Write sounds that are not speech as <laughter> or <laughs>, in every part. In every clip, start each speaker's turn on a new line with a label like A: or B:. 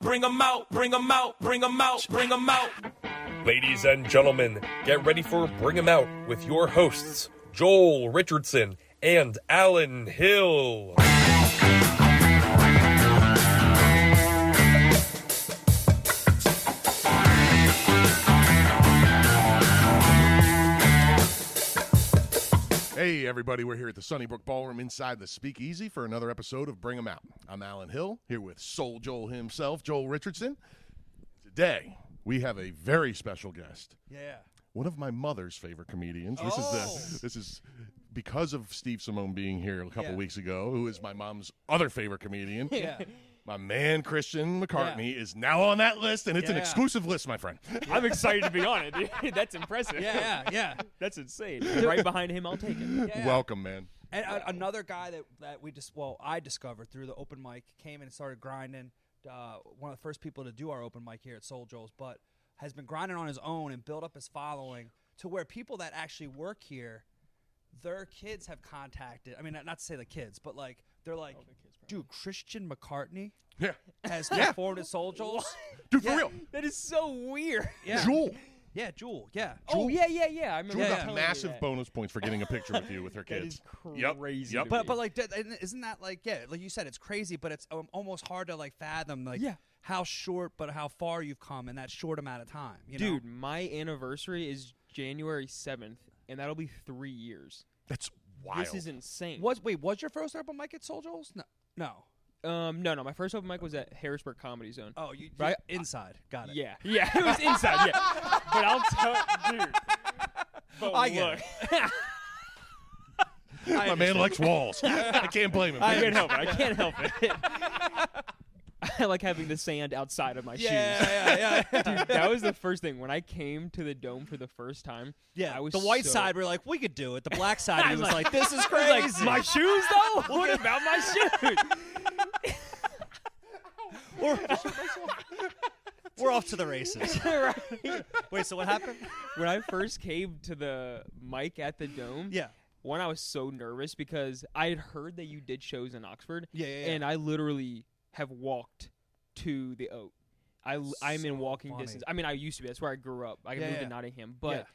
A: bring 'em out, bring 'em out, bring 'em out, bring 'em out.
B: Ladies and gentlemen, get ready for Bring 'em Out with your hosts, Joel Richardson and Alan Hill.
C: Hey, everybody, we're here at the Sunnybrook Ballroom inside the Speakeasy for another episode of Bring 'em Out. I'm Alan Hill, here with Soul Joel himself, Joel Richardson. Today, we have a very special guest.
D: Yeah.
C: One of my mother's favorite comedians. This is the, this is because of Steve Simone being here a couple
D: Oh. Yeah.
C: weeks ago, who is my mom's other favorite comedian.
D: <laughs> Yeah.
C: My man Christian McCartney is now on that list, and it's an
D: Yeah.
C: exclusive list, my friend.
E: I'm excited to be on it. dude. That's impressive.
D: Yeah.
C: <laughs>
D: Yeah. Yeah.
E: That's insane. Right behind him, I'll take it.
D: yeah.
C: Welcome, man.
D: And uh, another guy that, that we just, well, I discovered through the open mic came in and started grinding. Uh, one of the first people to do our open mic here at Soul Joel's, but has been grinding on his own and built up his following to where people that actually work here, their kids have contacted. I mean, not- not to say the kids, but like, they're like, dude, Christian McCartney
C: <laughs> Yeah.
D: has performed at Soul Joel's.
C: Dude, for real.
E: That is so weird.
D: Yeah.
C: Jewel.
D: Yeah, Jewel. Yeah.
E: Oh yeah, yeah, yeah. I remember.
C: Jewel
E: you
D: Yeah.
C: got
E: telling me
C: massive
E: that.
C: bonus points for getting a picture with you with her
E: <laughs> That
C: kids.
E: is
C: Yep,
E: crazy.
C: yep.
E: to
D: But
E: me.
D: but like that- and isn't that like yeah like you said it's crazy but it's um, almost hard to like fathom like
E: Yeah.
D: how short but how far you've come in that short amount of time you know?
E: dude, my anniversary is January seventh, and that'll be three years.
C: That's wild.
E: This is insane.
D: was wait was your first open mic at Soul Joel's no no
E: Um, no, no. My first open mic was at Harrisburg Comedy Zone.
D: oh you
E: Right.
D: you- inside got it
E: Yeah, yeah. <laughs> It was inside. Yeah, but I'll tell, dude. But
D: I get
E: look,
C: My man likes walls.
E: <laughs>
C: I can't blame him.
E: I can't help it. I can't help it. <laughs> I like having the sand outside of my shoes.
D: yeah yeah yeah,
E: <laughs> Dude, that was the first thing when I came to the dome for the first time.
D: yeah
E: I was
D: the white
E: so- <laughs>
D: side we're like we could do it the black side was
E: was
D: like,
E: like-
D: this
E: <laughs>
D: is
E: I
D: crazy
E: was like, my shoes though. what about my shoes?
D: <laughs> we're off to the races
E: Right.
D: wait so what
E: <laughs>
D: happened
E: When I first came to the mic at the dome,
D: yeah
E: one I was so nervous because I had heard that you did shows in Oxford,
D: yeah yeah, yeah.
E: and I literally have walked to the Oat. I am in
D: So
E: walking
D: funny.
E: distance. I mean, I used to be. That's where I grew up. I
D: Yeah,
E: moved
D: yeah.
E: to Nottingham, but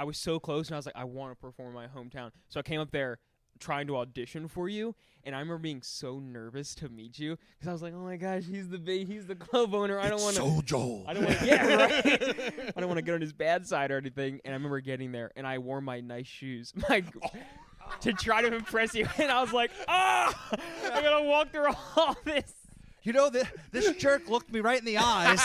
E: I was so close, and I was like, I want to perform in my hometown. So I came up there trying to audition for you, and I remember being so nervous to meet you because I was like, oh my gosh, he's the big, he's the club owner. I don't want to.
C: Joel.
E: I
D: <laughs>
E: don't want to. Yeah, right. <laughs> I don't want to get on his bad side or anything. And I remember getting there, and I wore my nice shoes, <laughs> my
D: Oh.
E: <laughs> to try to impress you. And I was like, ah, I'm gonna walk through all this.
D: you know that this jerk looked me right in the eyes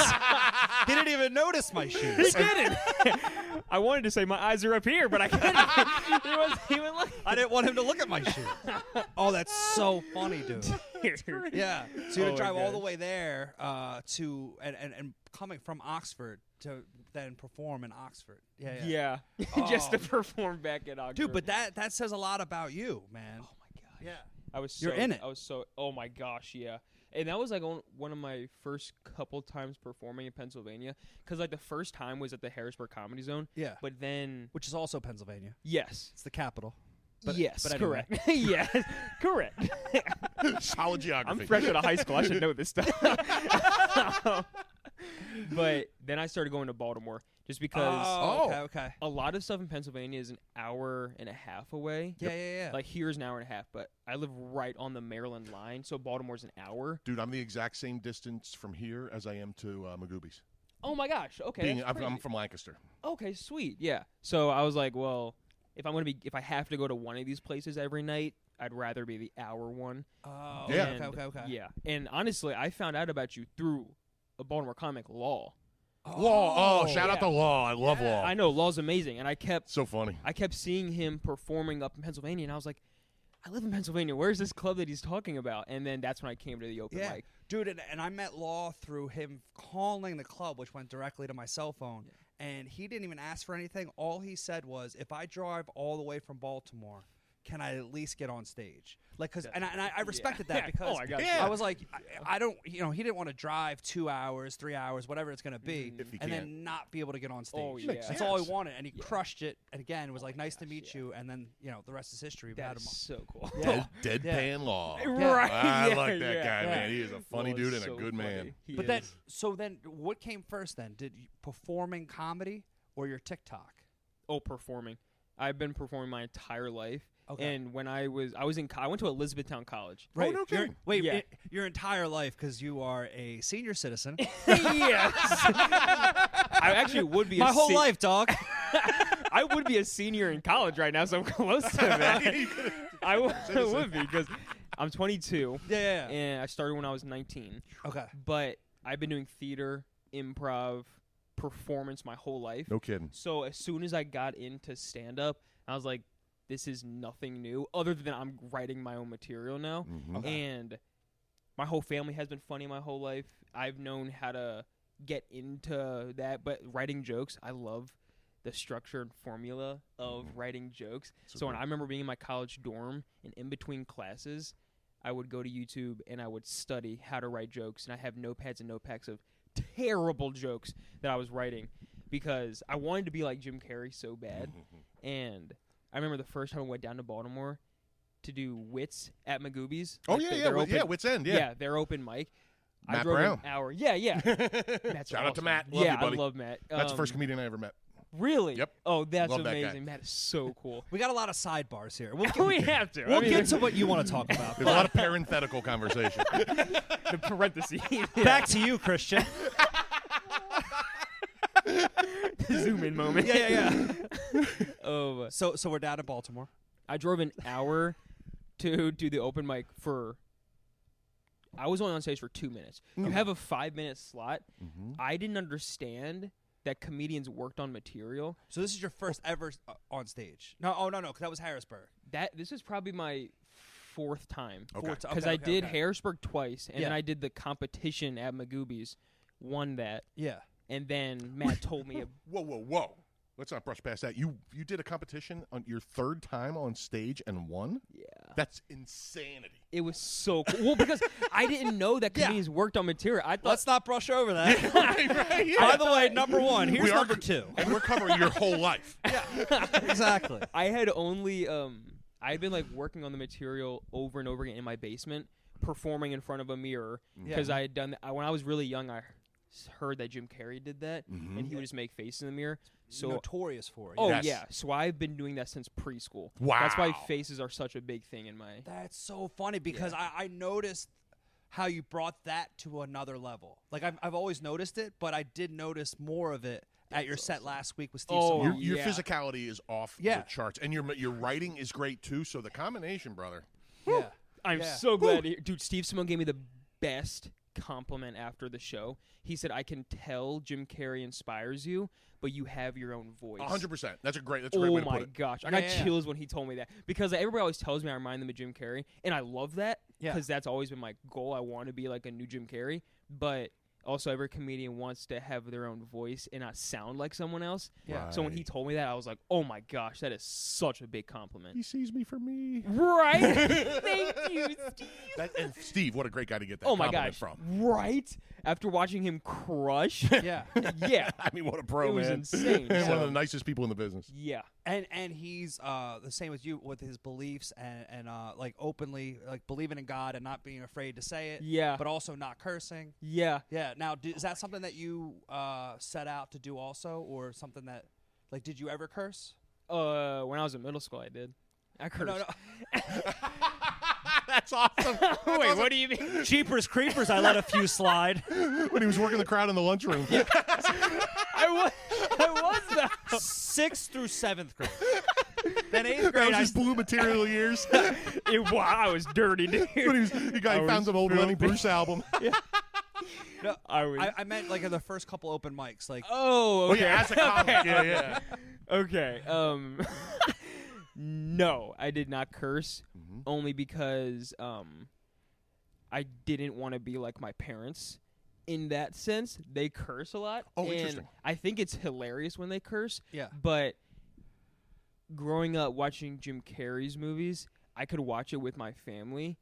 D: he didn't even notice my shoes
E: He didn't. <laughs> I wanted to say my eyes are up here, but I couldn't. <laughs> he was. He was like,
D: <laughs> I didn't want him to look at my shoe. oh, that's so funny, dude. Yeah. So you had to
E: Oh my
D: drive all the
E: gosh.
D: way there uh, to and, and, and coming from Oxford to then perform in Oxford. Yeah. Yeah.
E: Yeah, <laughs> just to perform back at Oxford.
D: Dude, but that that says a lot about you, man.
E: Oh my gosh.
D: Yeah.
E: I was so,
D: You're in it.
E: I was so oh my gosh, yeah. And that was like on- one of my first couple times performing in Pennsylvania cuz like the first time was at the Harrisburg Comedy Zone.
D: Yeah.
E: But then
D: Which is also Pennsylvania.
E: yes.
D: It's the capital. But-
E: yes,
D: but anyway.
E: correct. <laughs> yes. Correct.
C: <laughs> Solid geography.
E: I'm fresh out of high school. I should know this stuff. <laughs> but then I started going to Baltimore just because
D: Oh, okay, okay.
E: a lot of stuff in Pennsylvania is an hour and a half away.
D: Yeah, yeah, yeah.
E: Like here's an hour and a half, but I live right on the Maryland line, so Baltimore's an hour.
C: <laughs> Dude, I'm the exact same distance from here as I am to uh, Magoobies.
E: Oh my gosh. Okay.
C: Being,
E: that's
C: I'm, I'm
E: crazy.
C: from Lancaster.
E: okay, sweet. Yeah. So I was like, well, if I'm gonna be, if I have to go to one of these places every night, I'd rather be the hour one.
D: oh,
C: Yeah.
D: okay,
E: And-
D: okay, okay, okay.
E: Yeah. And honestly, I found out about you through a Baltimore comic, Law.
C: Law. Oh, shout out
E: yeah.
C: to Law. I love Law.
E: I know Law's amazing, and I kept,
C: so funny. <laughs>
E: I kept seeing him performing up in Pennsylvania, and I was like, I live in Pennsylvania. Where's this club that he's talking about? And then that's when I came to the open
D: Yeah.
E: mic.
D: Dude, and, and I met Law through him calling the club, which went directly to my cell phone. And he didn't even ask for anything. All he said was, if I drive all the way from Baltimore, can I at least get on stage? Like, cause and I, and I, I respected
E: <laughs>
D: that
E: Yeah.
D: because
E: Oh, I got you.
D: I was like, I, I don't, you know, he didn't want to drive two hours, three hours, whatever it's gonna be,
E: Mm-hmm.
C: If he
D: and
C: can't.
D: then not be able to get on stage.
E: Oh, yeah. Makes Oh
D: That's all
C: sense.
D: he wanted, and he crushed it. And again, was like, nice to meet you. And then you know, the rest is history. We had
E: That
D: him
E: is
D: on.
E: so cool.
C: Dead, Oh, deadpan law.
E: <laughs> Right.
C: I
E: yeah,
C: like that
E: yeah.
C: guy,
D: yeah.
C: man. He is a <laughs> funny
E: Well,
C: dude and
E: so
C: a good man.
E: funny. He
D: But
E: is.
D: then, so then, what came first? Then did you, performing comedy or your TikTok?
E: oh performing i've been performing my entire life
D: Okay.
E: and when i was i was in co- i went to elizabethtown college Oh,
C: Right. no
D: Your-
C: kidding.
D: wait,
E: Yeah.
D: i- your entire life because you are a senior citizen.
C: <laughs>
E: <laughs>
D: <laughs>
E: yes i actually would be
D: My
E: a
D: whole
E: se-
D: life,
E: <laughs>
D: dog. <laughs>
E: i would be a senior in college right now so i'm <laughs> close to that i w- <laughs> would be because i'm 22
D: yeah, yeah, yeah.
E: and i started when i was 19
D: Okay.
E: but i've been doing theater improv performance my whole life
C: No kidding.
E: So as soon as I got into stand up, I was like, this is nothing new other than I'm writing my own material now. And my whole family has been funny my whole life. I've known how to get into that, but writing jokes, I love the structure and formula of writing jokes. So when I remember being in my college dorm and in between classes, I would go to YouTube and I would study how to write jokes, and I have notepads and notepads of terrible jokes that I was writing because I wanted to be like Jim Carrey so bad. and I remember the first time I went down to Baltimore to do wits at Magoobies.
C: Oh
E: Like,
C: yeah,
E: they're-
C: yeah,
E: they're
C: well,
E: open-
C: yeah. Wits End,
E: yeah.
C: yeah.
E: they're open mic. I
C: Matt
E: drove
C: Brown.
E: an hour.
C: <laughs>
E: Yeah, yeah. That's
C: Shout out to
E: awesome.
C: Matt. Love
E: yeah,
C: you, buddy.
E: I love Matt.
C: That's the
E: Um,
C: first comedian I ever met.
E: Really?
C: Yep.
E: Oh, that's
C: Love that guy.
E: amazing. Matt
C: <laughs>
E: is so cool.
D: We got a lot of sidebars here.
E: <laughs>
D: We'll,
E: we have to.
D: we'll
E: I mean,
D: get to what you want to talk
E: <laughs>
D: about.
C: There's a lot of parenthetical conversation.
E: the parentheses.
D: <laughs> Back to you, Christian.
E: <laughs> Zoom in moment.
D: yeah, yeah, yeah.
E: <laughs> Oh,
D: So, so we're down in Baltimore.
E: I drove an hour to do the open mic for. I was only on stage for two minutes.
C: Mm-hmm.
E: You have a five minute slot. I didn't understand that comedians worked on material.
D: So this is your first ever uh, on stage. No, oh no, no, because that was Harrisburg.
E: That this is probably my fourth time
C: Okay.
D: Fourth-
E: because
D: Oh, okay,
E: I
D: okay,
E: did
D: okay.
E: Harrisburg twice, and then
D: Yeah.
E: I did the competition at Magoobies, won that,
D: Yeah.
E: and then
D: <laughs>
E: Matt told me. a-
C: whoa, whoa, whoa. Let's not brush past that. You you did a competition on your third time on stage and won. Yeah, that's insanity.
E: It was so cool. Well, because I didn't know that
D: Yeah.
E: comedians worked on material. I thought
D: Let's not brush over
C: <laughs>
D: that.
C: right, right, yeah.
D: By the way, number one. Here's
C: We are-
D: number two.
E: <laughs>
C: and we're covering your whole life.
E: Oh,
D: exactly.
E: I had only um I had been like working on the material over and over again in my basement, performing in front of a mirror because I had done that. I, when I was really young. I s- heard that Jim Carrey did that,
D: Mm-hmm.
E: and he would just make faces in the mirror. So.
D: Notorious for it.
E: Oh
C: Yes.
E: yeah, so I've been doing that since preschool. That's why
C: Wow.
E: faces are such a big thing in my.
D: That's so funny because I, I noticed how you brought that to another level. Like I've, I've always noticed it, but I did notice more of it at your set last week with Steve.
E: Oh,
D: Simone.
C: Your, your
E: yeah.
C: physicality is off
D: Yeah.
C: the charts, and your your writing is great too. So the combination, brother.
D: yeah.
E: I'm
D: Yeah.
E: so glad, to hear- dude. Steve Simone gave me the best compliment after the show. He said, "I can tell Jim Carrey inspires you, but you have your own voice."
C: A hundred percent. That's a great. That's a great
E: Oh
C: way to
E: my
C: put it.
E: gosh, I
D: Yeah,
E: got
D: yeah, yeah.
E: chills when he told me that because like, everybody always tells me I remind them of Jim Carrey, and I love that
D: Yeah.
E: because that's always been my goal. I want to be like a new Jim Carrey, but also every comedian wants to have their own voice and not sound like someone else.
D: Yeah.
E: So when he told me that, I was like, oh my gosh, that is such a big compliment.
C: He sees me for me.
E: Right? Thank you, Steve.
C: That, and Steve, what a great guy to get that
E: Oh my
C: compliment
E: gosh!
C: from.
E: Right after watching him crush,
D: <laughs> Yeah.
E: yeah,
C: I mean, what a pro
E: It was
C: man.
E: insane,
C: and <laughs> one of
E: so-
C: the nicest people in the business.
E: yeah.
D: And and he's uh, the same as you with his beliefs and and uh, like openly like believing in God and not being afraid to say it.
E: Yeah.
D: But also not cursing.
E: Yeah,
D: Yeah. Now, do, is that something that you uh, set out to do also, or something that like did you ever curse?
E: uh, when I was in middle school, I did. I cursed.
D: No, no.
C: <laughs> That's
E: <laughs>
C: awesome.
E: Wait, what do you mean?
D: Jeepers creepers! I let a few slide.
C: when he was working the crowd in the
E: <laughs>
C: lunchroom.
E: I was, <laughs> I was though.
D: sixth through seventh
E: <laughs>
D: grade. then eighth grade,
C: That
D: I
C: was his blue material years. <laughs>
E: <laughs> It, wow, I was dirty, dude.
C: when he, was, he, got, he
E: I
C: found
E: was
C: some old Lenny
E: filthy. <laughs>
C: Bruce album.
D: no,
E: I was.
D: I, I meant like in the first couple open mics, like
E: oh,
C: Oh
E: <laughs> okay.
C: yeah, as a comic. Yeah, yeah.
E: okay. Um, <laughs> no, I did not curse,
C: Mm-hmm.
E: only because um, I didn't want to be like my parents. In that sense, they curse a lot.
C: Oh,
E: and
C: interesting.
E: I think it's hilarious when they curse.
D: Yeah.
E: But growing up watching Jim Carrey's movies, I could watch it with my family,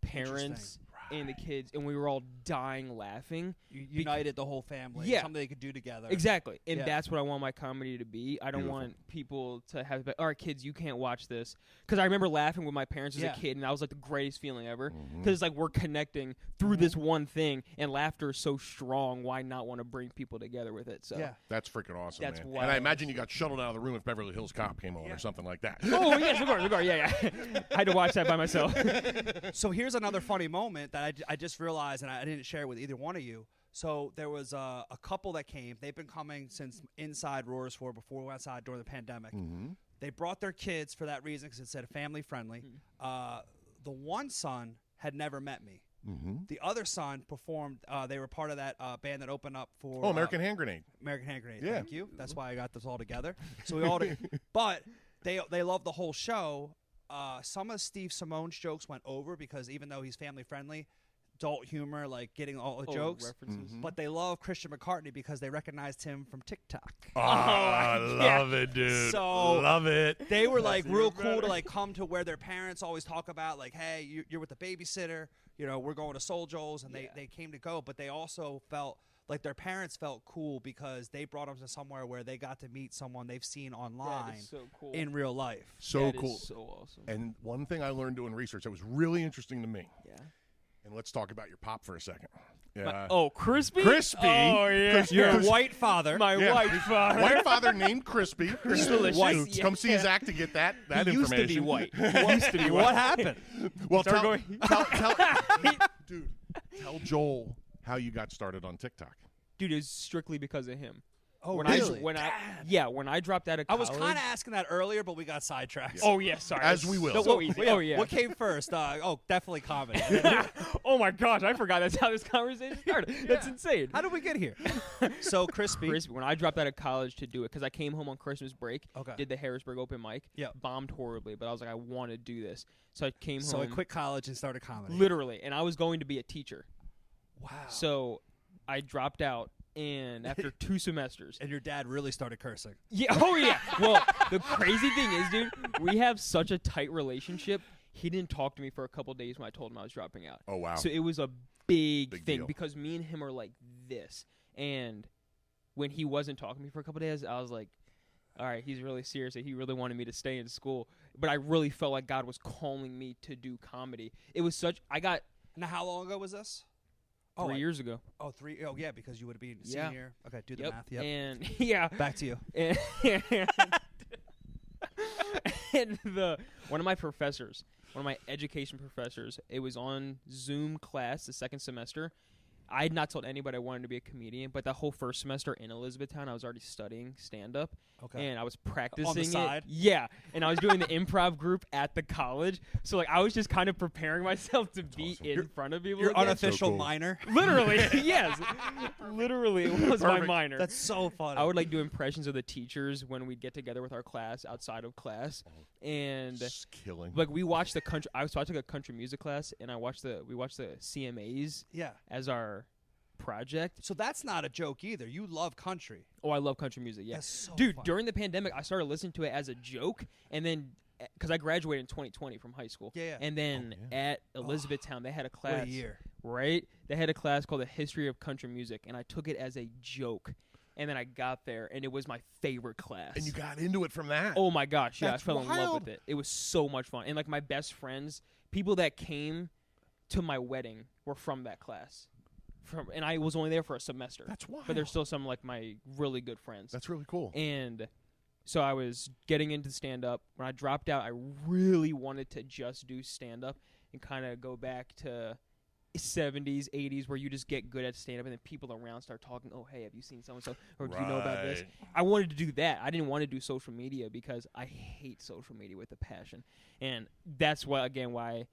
E: parents, and the kids, and we were all dying laughing.
D: You united the whole family.
E: Yeah.
D: Something they could do together.
E: Exactly. And
D: Yeah.
E: that's what I want my comedy to be. I don't want people to have, like, all right, kids, you can't watch this. Because I remember laughing with my parents as
D: Yeah.
E: a kid, and that was like the greatest feeling ever. Because it's like we're connecting through
D: Mm-hmm.
E: this one thing, and laughter is so strong. Why not want to bring people together with it? So,
D: Yeah.
C: That's freaking awesome,
E: That's
C: man.
E: wild.
C: And I imagine you got shuttled out of the room if Beverly Hills Cop came on or something like that.
E: oh, yes, of course, of course. Yeah, yeah. <laughs> I had to watch that
D: <laughs>
E: by myself.
D: So here's another funny moment that I, I just realized, and I, I didn't share it with either one of you. So there was a, a couple that came. They've been coming since inside Roars for before we went outside during the pandemic.
C: Mm-hmm.
D: They brought their kids for that reason because it said family friendly. Uh, the one son had never met me.
C: Mm-hmm.
D: The other son performed. Uh, they were part of that uh, band that opened up
C: <laughs>
D: for
C: Oh, American
D: uh,
C: Hand
E: <laughs>
C: Grenade.
D: American Hand Grenade.
C: Yeah.
D: Thank you. That's why I got this all together. So we all, did, but they they love the whole show. Uh, some of Steve Simone's jokes went over because even though he's family friendly, adult humor, like getting all the
E: Oh,
D: jokes. Mm-hmm.
E: references.
D: But they love Christian McCartney because they recognized him from TikTok.
C: Oh, I love it, dude.
D: So-
C: love it.
D: They were like real cool to like come to where their parents always talk about like, hey, you- you're with the babysitter, you know, we're going to Soul Joel's, and they they came to go, but they also felt like their parents felt cool because they brought them to somewhere where they got to meet someone they've seen online
E: so cool.
D: in real
E: <laughs>
D: life.
C: So
E: That is
C: cool.
E: so awesome.
C: and one thing I learned doing research that was really interesting to me.
E: Yeah.
C: And let's talk about your pop for a second. Yeah.
D: Uh,
E: oh, crispy.
C: Crispy.
E: Oh yeah.
C: Cris-
D: Your
C: Cris-
D: white father,
E: <laughs> My
C: Yeah.
E: white father.
C: White father named Crispy.
E: delicious.
C: White.
E: Yeah.
C: Come see his act to get that that
E: He used
C: information.
E: to be
D: <laughs>
E: white. He used to be
D: <laughs>
E: white.
D: what
E: <laughs>
D: happened?
C: Well,
E: Start
C: tell,
E: going-
C: tell,
E: <laughs>
C: tell, dude, tell Joel how you got started on TikTok.
E: Dude, it's strictly because of him.
D: Oh,
E: when
D: really?
E: I when I yeah when I dropped out of
D: I
E: college.
D: was kind of asking that earlier, but we got sidetracked.
E: Oh yeah, sorry.
C: As
E: That's
C: we will.
E: So
C: So,
E: easy.
D: Wait,
E: oh yeah.
D: <laughs>
E: <laughs>
D: What came first? Uh, oh, definitely comedy.
E: oh my gosh, I forgot that's how this conversation started.
D: <laughs>
E: That's insane.
D: How did we get
E: <laughs>
D: here? So crispy.
E: Crispy, when I dropped out of college to do it, because I came home on Christmas break,
D: Okay.
E: did the Harrisburg open mic,
D: Yep.
E: bombed horribly, but I was like, I want to do this, so I came
D: So I
E: home,
D: quit college and started comedy.
E: literally, and I was going to be a teacher,
D: wow.
E: so I dropped out,
D: <laughs>
E: and after two semesters,
D: and your dad really started cursing.
E: Yeah. <laughs> Oh yeah. Well, the crazy thing is, dude, we have such a tight relationship. He didn't talk to me for a couple days when I told him I was dropping out.
C: Oh, wow.
E: So it was a big,
C: Big
E: thing
C: deal.
E: because me and him are like this, and when he wasn't talking to me for a couple days, I was like, "All right, he's really serious. and He really wanted me to stay in school." But I really felt like God was calling me to do comedy. It was such. I got
D: Now, how long ago was this?
E: three
D: I-
E: years ago.
D: Oh, three. Oh, yeah, because you would have been
E: Yeah.
D: senior. Okay, do the
E: Yep.
D: math. Yep.
E: And <laughs> yeah.
D: Back to you.
E: and <laughs> and the one of my professors, one of my education professors, it was on Zoom class the second semester. I had not told anybody I wanted to be a comedian, but the whole first semester in Elizabethtown, I was already studying stand up.
D: Okay.
E: And I was practicing it.
D: side?
E: Yeah. And I was
D: <laughs>
E: doing the improv group at the college. So like I was just kind of preparing myself to be in front of people.
D: Your
E: again.
D: unofficial
C: cool.
E: <laughs>
D: minor.
E: Literally,
D: <laughs>
E: yes. Literally it was my
C: Perfect.
E: minor.
D: That's so funny.
E: I would like do impressions of the teachers when we'd get together with our class outside of class, and
C: Just killing.
E: like we watched the country. I so I took a country music class, and I watched the we watched the CMAs
D: Yeah.
E: as our project.
D: So that's not a joke either. You love country.
E: Oh, I love country music. Yeah,
D: That's so
E: dude.
D: fun.
E: During the pandemic, I started listening to it as a joke, and then because I graduated in 2020 from high school.
D: Yeah, yeah.
E: And then at Elizabethtown, they had a class.
D: What a year.
E: Right? They had a class called the History of Country Music, and I took it as a joke. And then I got there, and it was my favorite class.
C: and you got into it from that.
E: Oh my gosh, yeah,
C: That's
E: I fell in love
C: wild.
E: with it. It was so much fun. And like my best friends, people that came to my wedding were from that class. From and I was only there for a semester.
C: That's
E: But
C: wild.
E: there's still some like my really good friends.
C: That's really cool.
E: and so I was getting into stand up. When I dropped out, I really wanted to just do stand up and kind of go back to 70s, 80s, where you just get good at stand up and then people around start talking, oh, hey, have you seen so and so? Or do you know about this?
C: Right.
E: I wanted to do that. I didn't want to do social media because I hate social media with a passion. And that's why, again, why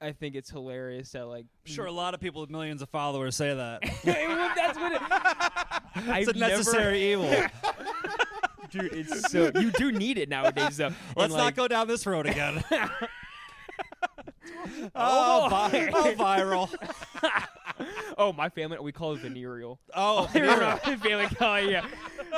E: I think it's hilarious that, like,
D: I'm sure a lot of people with millions of followers say
E: <laughs>
D: that.
E: Well, <laughs>
D: <laughs>
E: that's what it,
D: it's a
E: I've never- <laughs>
D: necessary evil. <laughs>
E: dude, it's so, you do need it nowadays, though. And,
D: Let's not
E: like,
D: go down this road
E: <laughs>
D: again. oh, vi- oh, viral.
E: <laughs> Oh, my family, we call it venereal.
D: Oh,
E: <laughs> Venereal. family, oh, yeah.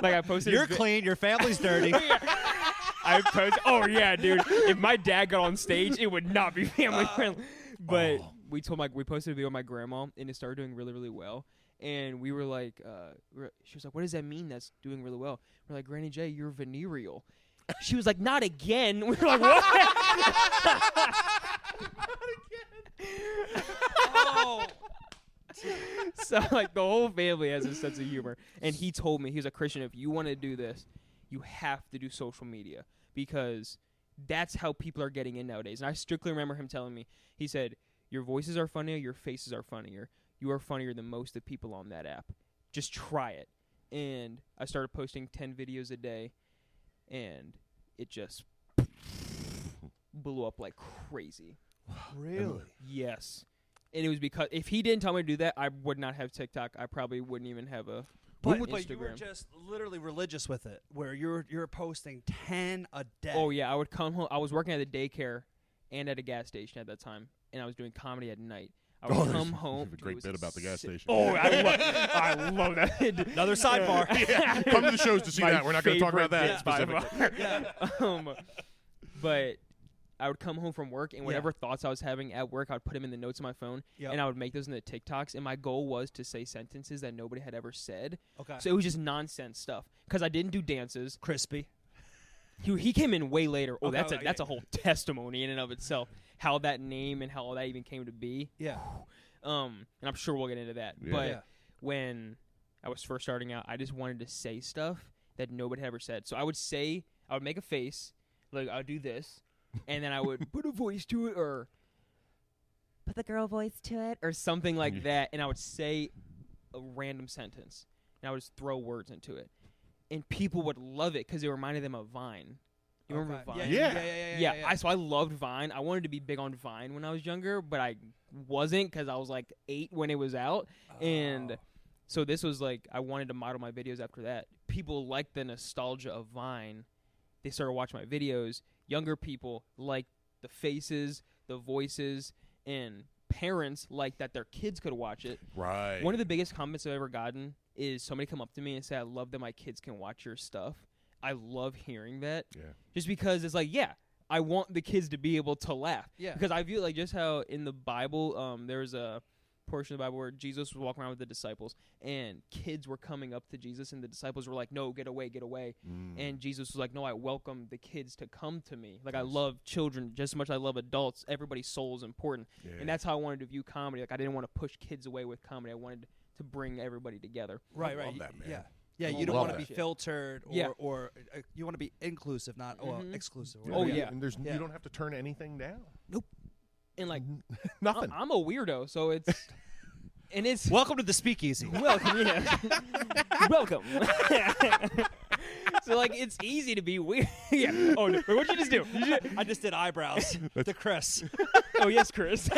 E: Like I posted. a
D: you're
E: vi- <laughs>
D: clean. Your family's dirty.
E: I posted. Oh yeah, dude. If my dad got on stage, it would not be family friendly. But we told my we posted a video of my grandma, and it started doing really really well. And we were like, uh, we were- she was like, "What does that mean? That's doing really well." We're like, "Granny J, you're venereal." She was like, "Not again." <laughs> We were like, "What?" <laughs>
D: Oh,
E: so like the whole family has a sense of humor. And he told me he was a Christian. If you want to do this, you have to do social media because that's how people are getting in nowadays. And I strictly remember him telling me. He said, "Your voices are funnier. Your faces are funnier. You are funnier than most of the people on that app. Just try it." And I started posting ten videos a day, and it just <laughs> blew up like crazy.
D: really?
E: Yes. And it was because if he didn't tell me to do that, I would not have TikTok. I probably wouldn't even have a
D: But,
E: Instagram.
D: but you were just literally religious with it, where you're you're posting ten a day.
E: oh yeah, I would come home. I was working at the daycare and at a gas station at that time, and I was doing comedy at night. I would
C: Oh, <laughs> there's-
E: come
C: you
E: home.
C: have a
E: dude, it
C: great
E: was
C: bit about the gas
E: sick.
C: station.
E: Oh, I love,
C: <laughs>
E: I love that.
D: <laughs>
E: Another
D: sidebar.
C: Come to the shows to see that. We're not going to talk about that specifically.
D: <laughs>
E: <laughs> um, but I would come home from work and
D: Yeah.
E: whatever thoughts I was having at work, I would put them in the notes of my phone,
D: Yep.
E: and I would make those into TikToks. And my goal was to say sentences that nobody had ever said.
D: Okay.
E: So it was just nonsense stuff because I didn't do dances.
D: crispy.
E: He, he came in way later. Oh,
D: Okay,
E: that's a
D: okay.
E: that's a whole testimony in and of itself. How that name and how all that even came to be.
D: Yeah.
E: Um, and I'm sure we'll get into that.
C: Yeah.
E: But
D: Yeah.
E: when I was first starting out, I just wanted to say stuff that nobody had ever said. So I would say, I would make a face, like I'll do this, and then I would put a voice to it, or put the girl voice to it, or something like that, and I would say a random sentence, and I would just throw words into it, and people would love it because it reminded them of Vine. You remember
D: Okay.
E: Vine?
D: Yeah.
C: Yeah.
D: Yeah. Yeah. Yeah.
E: yeah,
D: yeah, yeah.
E: I so I loved Vine. I wanted to be big on Vine when I was younger, but I wasn't because I was like eight when it was out, and
D: Oh.
E: so this was like I wanted to model my videos after that. People liked the nostalgia of Vine. They started watching my videos. Younger people liked the faces, the voices, and parents liked that their kids could watch it.
C: Right.
E: One of the biggest comments I've ever gotten is somebody come up to me and say, "I love that my kids can watch your stuff." I love hearing that.
C: Yeah.
E: Just because it's like, yeah, I want the kids to be able to laugh.
D: Yeah.
E: Because I view it like just how in the Bible, um, there's a portion of the Bible where Jesus was walking around with the disciples, and kids were coming up to Jesus, and the disciples were like, "No, get away, get away." And Jesus was like, "No, I welcome the kids to come to me. Like I love children just as much as I love adults. Everybody's soul is important."
C: Yeah.
E: And that's how I wanted to view comedy. Like I didn't want to push kids away with comedy. I wanted to bring everybody together.
D: right.
C: I
D: Right.
C: love
D: y-
C: that, man.
D: Yeah. Yeah,
E: I
D: you don't
C: love
D: want to
C: that
D: be
E: shit.
D: filtered or,
E: Yeah.
D: or uh, you want to be inclusive, not uh,
E: Mhm.
D: exclusive.
E: Oh,
D: whatever.
E: yeah.
C: And there's
D: Yeah.
C: you don't have to turn anything
E: <laughs>
C: down.
E: And like
C: Nothing.
E: I'm, I'm a weirdo, so it's and it's
D: Welcome to the
E: <laughs>
D: speakeasy.
E: welcome, yeah. welcome. <laughs> so like it's easy to be weird. <laughs> yeah. Oh no. Wait, what'd you just do? You ju-
D: I just did <laughs> eyebrows. the Chris.
E: oh yes, <laughs> Chris.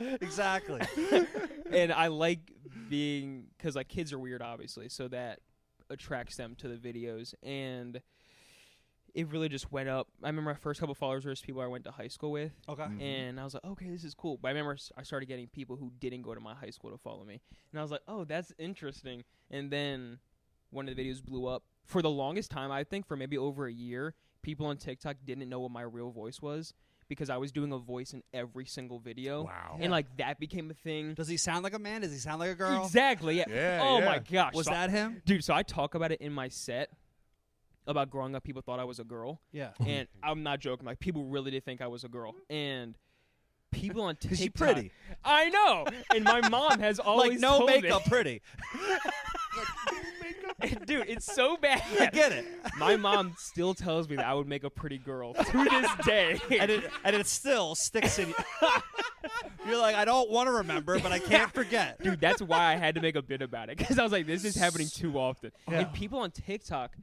D: exactly.
E: and I like being because like kids are weird, obviously, so that attracts them to the videos, and it really just went up. I remember my first couple followers were just people I went to high school with,
D: Okay.
E: and I was like, okay, this is cool. But I remember s- I started getting people who didn't go to my high school to follow me, and I was like, oh, that's interesting. And then one of the videos blew up for the longest time. I think for maybe over a year, people on TikTok didn't know what my real voice was because I was doing a voice in every single video.
C: Wow.
E: And like that became a thing.
D: Does he sound like a man? Does he sound like a girl?
E: Exactly. Yeah.
C: Yeah,
E: oh my
C: yeah.
E: gosh.
D: Was
E: So-
D: that him?
E: dude? So I talk about it in my set about growing up. People thought I was a girl,
D: Yeah. <laughs>
E: and I'm not joking. Like people really did think I was a girl, and people on <laughs> TikTok.
D: she pretty?
E: I know. And my mom has
D: <laughs>
E: always
D: like no
E: told me- <laughs>
D: makeup, pretty.
E: dude. It's so bad.
D: <laughs> I get it.
E: My mom still tells me that I would make a pretty girl to this day.
D: <laughs> And it and it still sticks in you. <laughs> You're like, I don't want to remember, but I can't forget.
E: dude that's why i had to make a bit about it because i was like this is happening too often and people on tiktok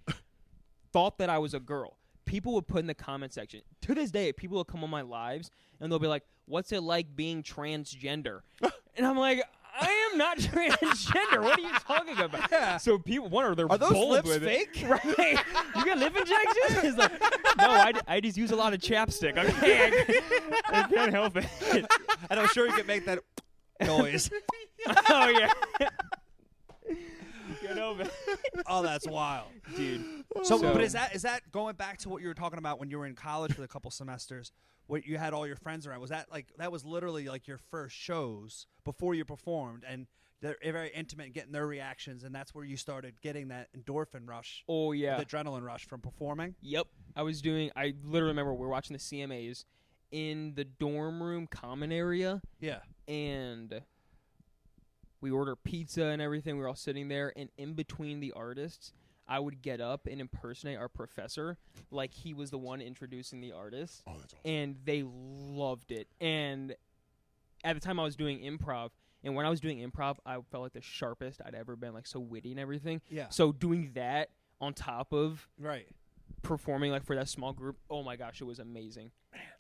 E: thought that i was a girl people would put in the comment section to this day people will come on my lives and they'll be like what's it like being transgender
D: <laughs>
E: and i'm like I am not <laughs> transgender. What are you talking about? So people, one are they
D: Are those
E: bold
D: lips
E: with it.
D: fake?
E: <laughs> Right? You got
D: <laughs>
E: lip injections? It's like, no, I, I just use a lot of chapstick. Okay, I, I can't help it.
D: And I'm sure you can make that <laughs> noise.
E: <laughs> oh yeah. Get over, it.
D: Oh, that's wild.
E: dude.
D: So,
E: So-
D: but is that is that going back to what you were talking about when you were in college for the couple semesters? What you had all your friends around was that like that was literally like your first shows before you performed, and they're very intimate, and getting their reactions, and that's where you started getting that endorphin rush,
E: Oh yeah.
D: the adrenaline rush from performing.
E: Yep. I was doing. I literally remember we were watching the CMAs in the dorm room common area,
D: Yeah,
E: and we order pizza and everything. We were all sitting there, and in between the artists, I would get up and impersonate our professor, like he was the one introducing the artist,
C: Oh, that's awesome.
E: and they loved it. And at the time, I was doing improv. And when I was doing improv, I felt like the sharpest I'd ever been, like so witty and everything.
D: Yeah.
E: So doing that on top of
D: right.
E: performing like for that small group. Oh my gosh, it was amazing.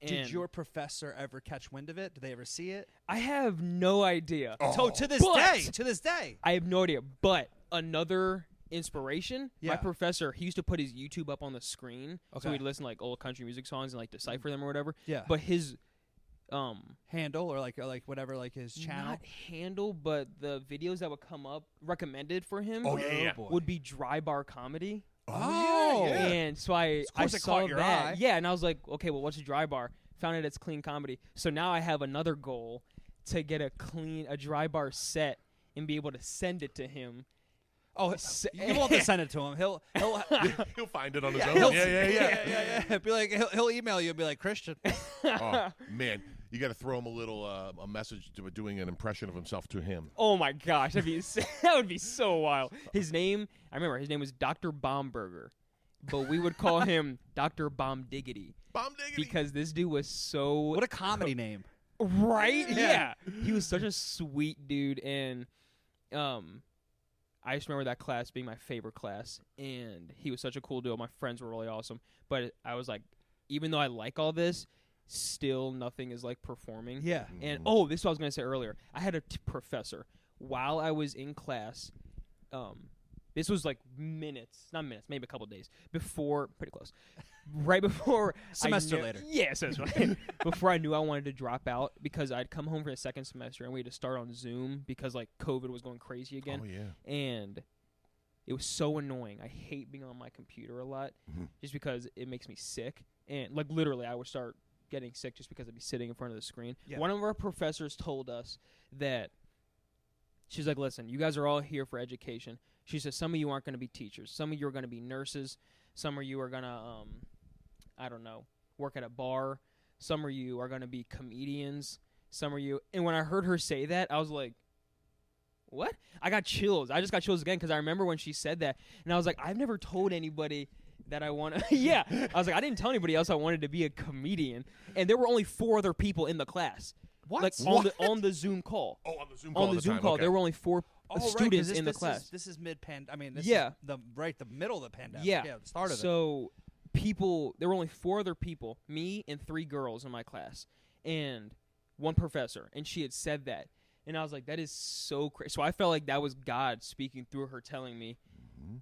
D: Did
E: And
D: your professor ever catch wind of it? Did they ever see it?
E: I have no idea.
C: Oh,
D: So to this
E: But-
D: day, to this day,
E: I have no idea. But another inspiration,
D: Yeah.
E: my professor, he used to put his YouTube up on the screen,
D: Okay. Mm.
E: so we'd listen to, like old country music songs and like decipher them or whatever.
D: Yeah.
E: But his um
D: handle or like or like whatever like his channel.
E: not handle, but the videos that would come up recommended for him.
C: Oh, yeah, yeah, yeah.
D: boy.
E: Would be dry bar comedy.
C: Oh, yeah, yeah.
E: And so I, I
D: course it caught
E: saw
D: your
E: that.
D: eye.
E: Yeah, and I was like, okay, well, what's a dry bar? Found it. It's clean comedy. So now I have another goal to get a clean, a dry bar set and be able to send it to him.
D: oh, <laughs>
E: S-
D: you won't have to send it to him. He'll <laughs> he'll
C: He'll find it on his
D: he'll-
C: own. Yeah, yeah, yeah.
D: Oh, <laughs> yeah, yeah. Be like he'll, he'll email you and be like Christian.
C: oh,
E: <laughs>
C: man, you got to throw him a little uh, a message to, doing an impression of himself to him.
E: Oh my gosh, that'd be <laughs> ins- that would be so wild. His name, I remember, his name was Doctor Bomberger, but we would call him Doctor Bomb Diggity
C: Bomb diggity.
E: because this dude was so
D: What a comedy name.
E: Right?
D: Yeah.
E: Yeah. He was such a sweet dude and um I just remember that class being my favorite class and he was such a cool dude. My friends were really awesome, but I was like even though I like all this, still nothing is like performing.
D: <laughs> Yeah. Mm-hmm.
E: And oh, this is what I was going to say earlier. I had a t- professor while I was in class um this was like minutes, not minutes, maybe a couple days before, pretty close, <laughs> right before I
D: Semester
E: knew-
D: later.
E: Yeah, semester
D: <laughs>
E: later. before I knew I wanted to drop out because I'd come home for the second semester and we had to start on Zoom because like COVID was going crazy again,
C: Oh yeah.
E: and it was so annoying. I hate being on my computer a lot just because it makes me sick and like literally I would start getting sick just because I'd be sitting in front of the screen.
D: Yeah.
E: One of our professors told us that she's like, listen, you guys are all here for education. She says some of you aren't going to be teachers, some of you are going to be nurses, some of you are going to, um, I don't know, work at a bar, some of you are going to be comedians, some of you. And when I heard her say that, I was like. What? I got chills. I just got chills again because I remember when she said that, and I was like, I've never told anybody that I want. to <laughs> yeah, I was like, I didn't tell anybody else I wanted to be a comedian, and there were only four other people in the class.
D: What?
E: Like on the on the Zoom call
C: Oh, on the Zoom call.
E: on the, Zoom call, there were only four uh, students in the
D: Oh, this
E: class.
D: Is, this is mid pand. I mean, this
E: Yeah.
D: is the right the middle of the pandemic.
E: yeah,
D: the start of it.
E: so people, there were only four other people, me and three girls in my class, and one professor, and she had said that, and I was like, that is so crazy. So I felt like that was God speaking through her, telling me,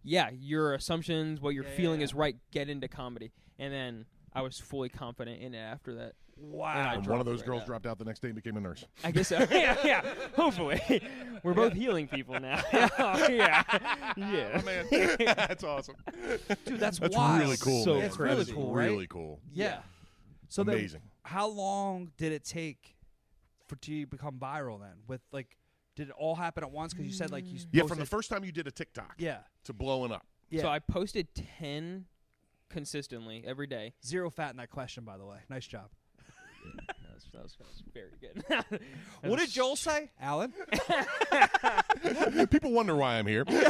E: yeah, your assumptions, what you're
D: Mm-hmm. Yeah, yeah,
E: feeling
D: yeah.
E: is right. Get into comedy, and then I was fully confident in it after that.
D: Wow.
C: And one of those girls dropped out the next day and became a
E: <laughs>
C: nurse.
E: I guess so. yeah, yeah. Hopefully, <laughs> we're both healing people now. <laughs> yeah, yeah.
C: man, <laughs> that's awesome.
D: Dude, that's,
C: That's
D: wild.
C: really cool.
E: So
C: man.
E: It's really
C: that is
D: cool, right?
C: Really cool.
D: Yeah. So then,
C: Amazing.
D: how long did it take for to you become viral then? With like, did it all happen at once? Because you said like you.
C: Yeah, from the
D: posted-
C: first time you did a TikTok
D: Yeah.
C: to blowing
E: <laughs>
C: up. <laughs>
D: Yeah.
E: So I posted 10 consistently every day.
D: Zero fat in that question, by the way. Nice job.
E: That was, that was, that was very good. <laughs> That
D: what
E: was
D: did Joel say, Alan?
C: People wonder why I'm here.
E: You're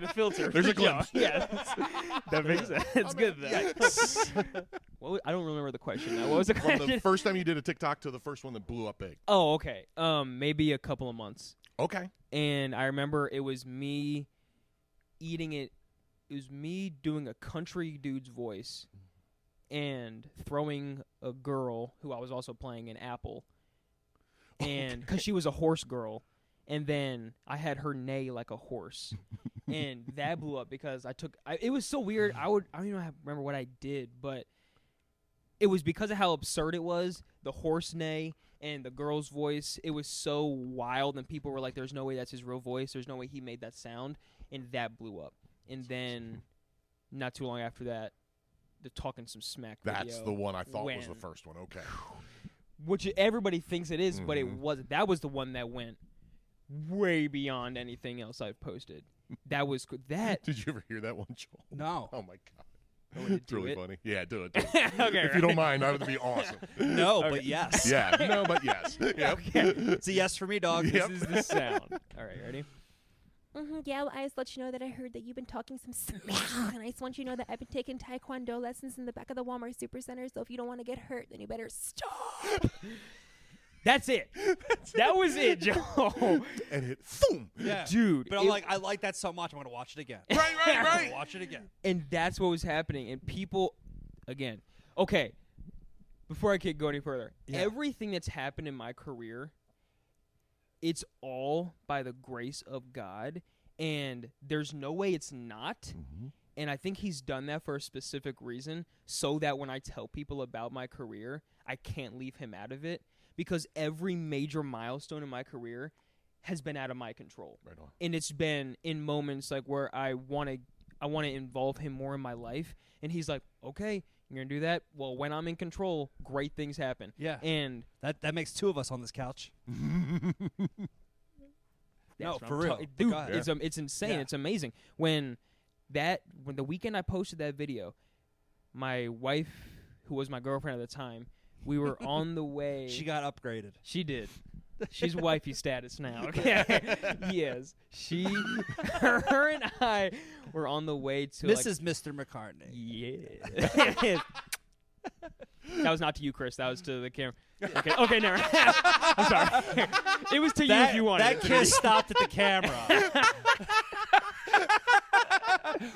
E: the filter.
C: There's a
E: Yeah,
C: glimpse.
E: <laughs> Yeah, that's- that makes sense. It's good though. <laughs> what was, I don't remember the question. <laughs> Now. What was the
C: From
E: question?
C: the first time you did a TikTok to the first one that blew up big.
E: oh, okay. Um, maybe a couple of months.
C: Okay.
E: And I remember it was me eating it. It was me doing a country dude's voice and throwing a girl who I was also playing an apple, and <laughs> because she was a horse girl, and then I had her neigh like
C: <laughs>
E: a horse, and that blew up because I took. I, it was so weird. I would. I don't even have- remember what I did, but it was because of how absurd it was. The horse neigh and the girl's voice. It was so wild, and people were like, "There's no way that's his real voice. There's no way he made that sound," and that blew up. And then Not too long after that, the talking some smack.
C: That's
E: video
C: the one I thought was the
E: went.
C: first one. Okay. <laughs>
E: which everybody thinks it is, but it
C: Mhm.
E: wasn't. That was the one that went way beyond anything else I've posted. That was co- that.
C: Did you ever hear that one, Joel?
D: No.
C: Oh my god.
E: want <laughs> you to
C: it's <laughs>
E: do
C: really
E: it.
C: funny. Yeah, do it. do it.
E: <laughs> okay,
C: if you don't mind, that would be awesome.
D: No, but yes.
C: yeah. No, but
E: <laughs>
C: yes. Yep.
D: It's a yes for me, dog.
C: Yep.
E: this is the sound. All right, ready?
F: hmm yeah, well, I just let you know that I heard that you've been talking some <laughs> smack, and I just want you to know that I've been taking Taekwondo lessons in the back of the Walmart Supercenter. So if you don't want to get hurt, then you better stop.
C: <laughs>
E: That's it. that was it, Joe.
C: <laughs> And it boom.
D: Yeah.
E: Dude,
D: But I'm
E: it-
D: like, I like that so much. I'm going to watch it again.
C: Right, right,
D: I'm going
C: right.
D: to watch it again.
E: and that's what was happening. And people, again, okay. Before I could go any further,
D: Yeah.
E: everything that's happened in my career, it's all by the grace of God, and there's no way it's not. And I think He's done that for a specific reason, so that when I tell people about my career, I can't leave Him out of it because every major milestone in my career has been out of my control
C: Right on.
E: and it's been in moments like where I want to I want to involve him more in my life and he's like, "Okay, you're going to do that. Well, when I'm in control, great things happen."
D: Yeah.
E: And
D: That, that makes two of us on this couch. No,
E: that's what
D: for
E: I'm
D: real.
E: ta-
D: Go
E: dude,
D: ahead.
E: it's um, it's insane.
D: Yeah.
E: It's amazing when that when the weekend I posted that video, my wife who was my girlfriend at the time,
D: <laughs>
E: we were on the way
D: She got upgraded. <laughs>
E: She did. She's wifey status now. Okay. <laughs> yes. She, <laughs> her, and I were on the way to like-
D: Mrs. Mr. McCartney. <laughs>
E: yeah. that was not to you, Chris. That was to the camera. Okay. Okay. Never.
D: <laughs>
E: I'm sorry. it was to you if you wanted.
D: that
E: it to be.
D: <laughs> kid stopped at the camera.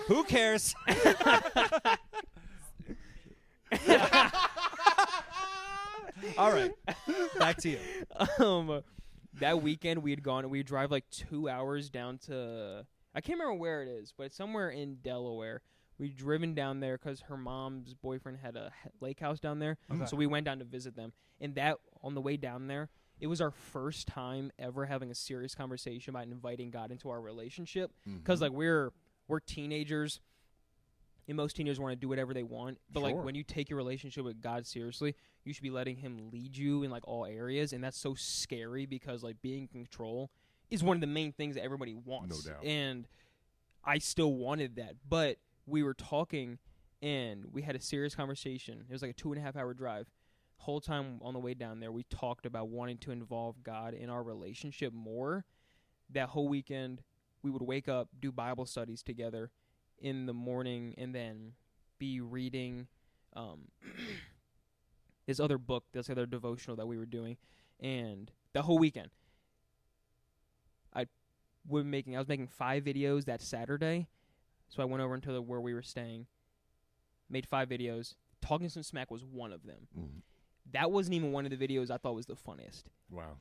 D: <laughs> Who <laughs> cares? All right, back to you.
E: <laughs> um, that weekend we had gone. We drive like two hours down to I can't remember where it is, but it's somewhere in Delaware. We driven down there because her mom's boyfriend had a h- lake house down there,
D: Okay.
E: so we went down to visit them. And that on the way down there, it was our first time ever having a serious conversation about inviting God into our relationship <laughs>
C: Mm-hmm.
E: because like we're we're teenagers. And most teenagers want to do whatever they want, but
C: Sure.
E: like when you take your relationship with God seriously, you should be letting him lead you in like all areas and that's so scary because like being in control is one of the main things that everybody wants
C: doubt.
E: and i still wanted that but we were talking and we had a serious conversation it was like a two and a half hour drive whole time on the way down there we talked about wanting to involve god in our relationship more that whole weekend we would wake up do bible studies together in the morning and then be reading um, this other book, this other devotional that we were doing, and the whole weekend, I was making I was making five videos that Saturday, so I went over into the where we were staying, made five videos. Talking some smack was one of them.
C: Mhm.
E: That wasn't even one of the videos I thought was the funniest
C: Wow.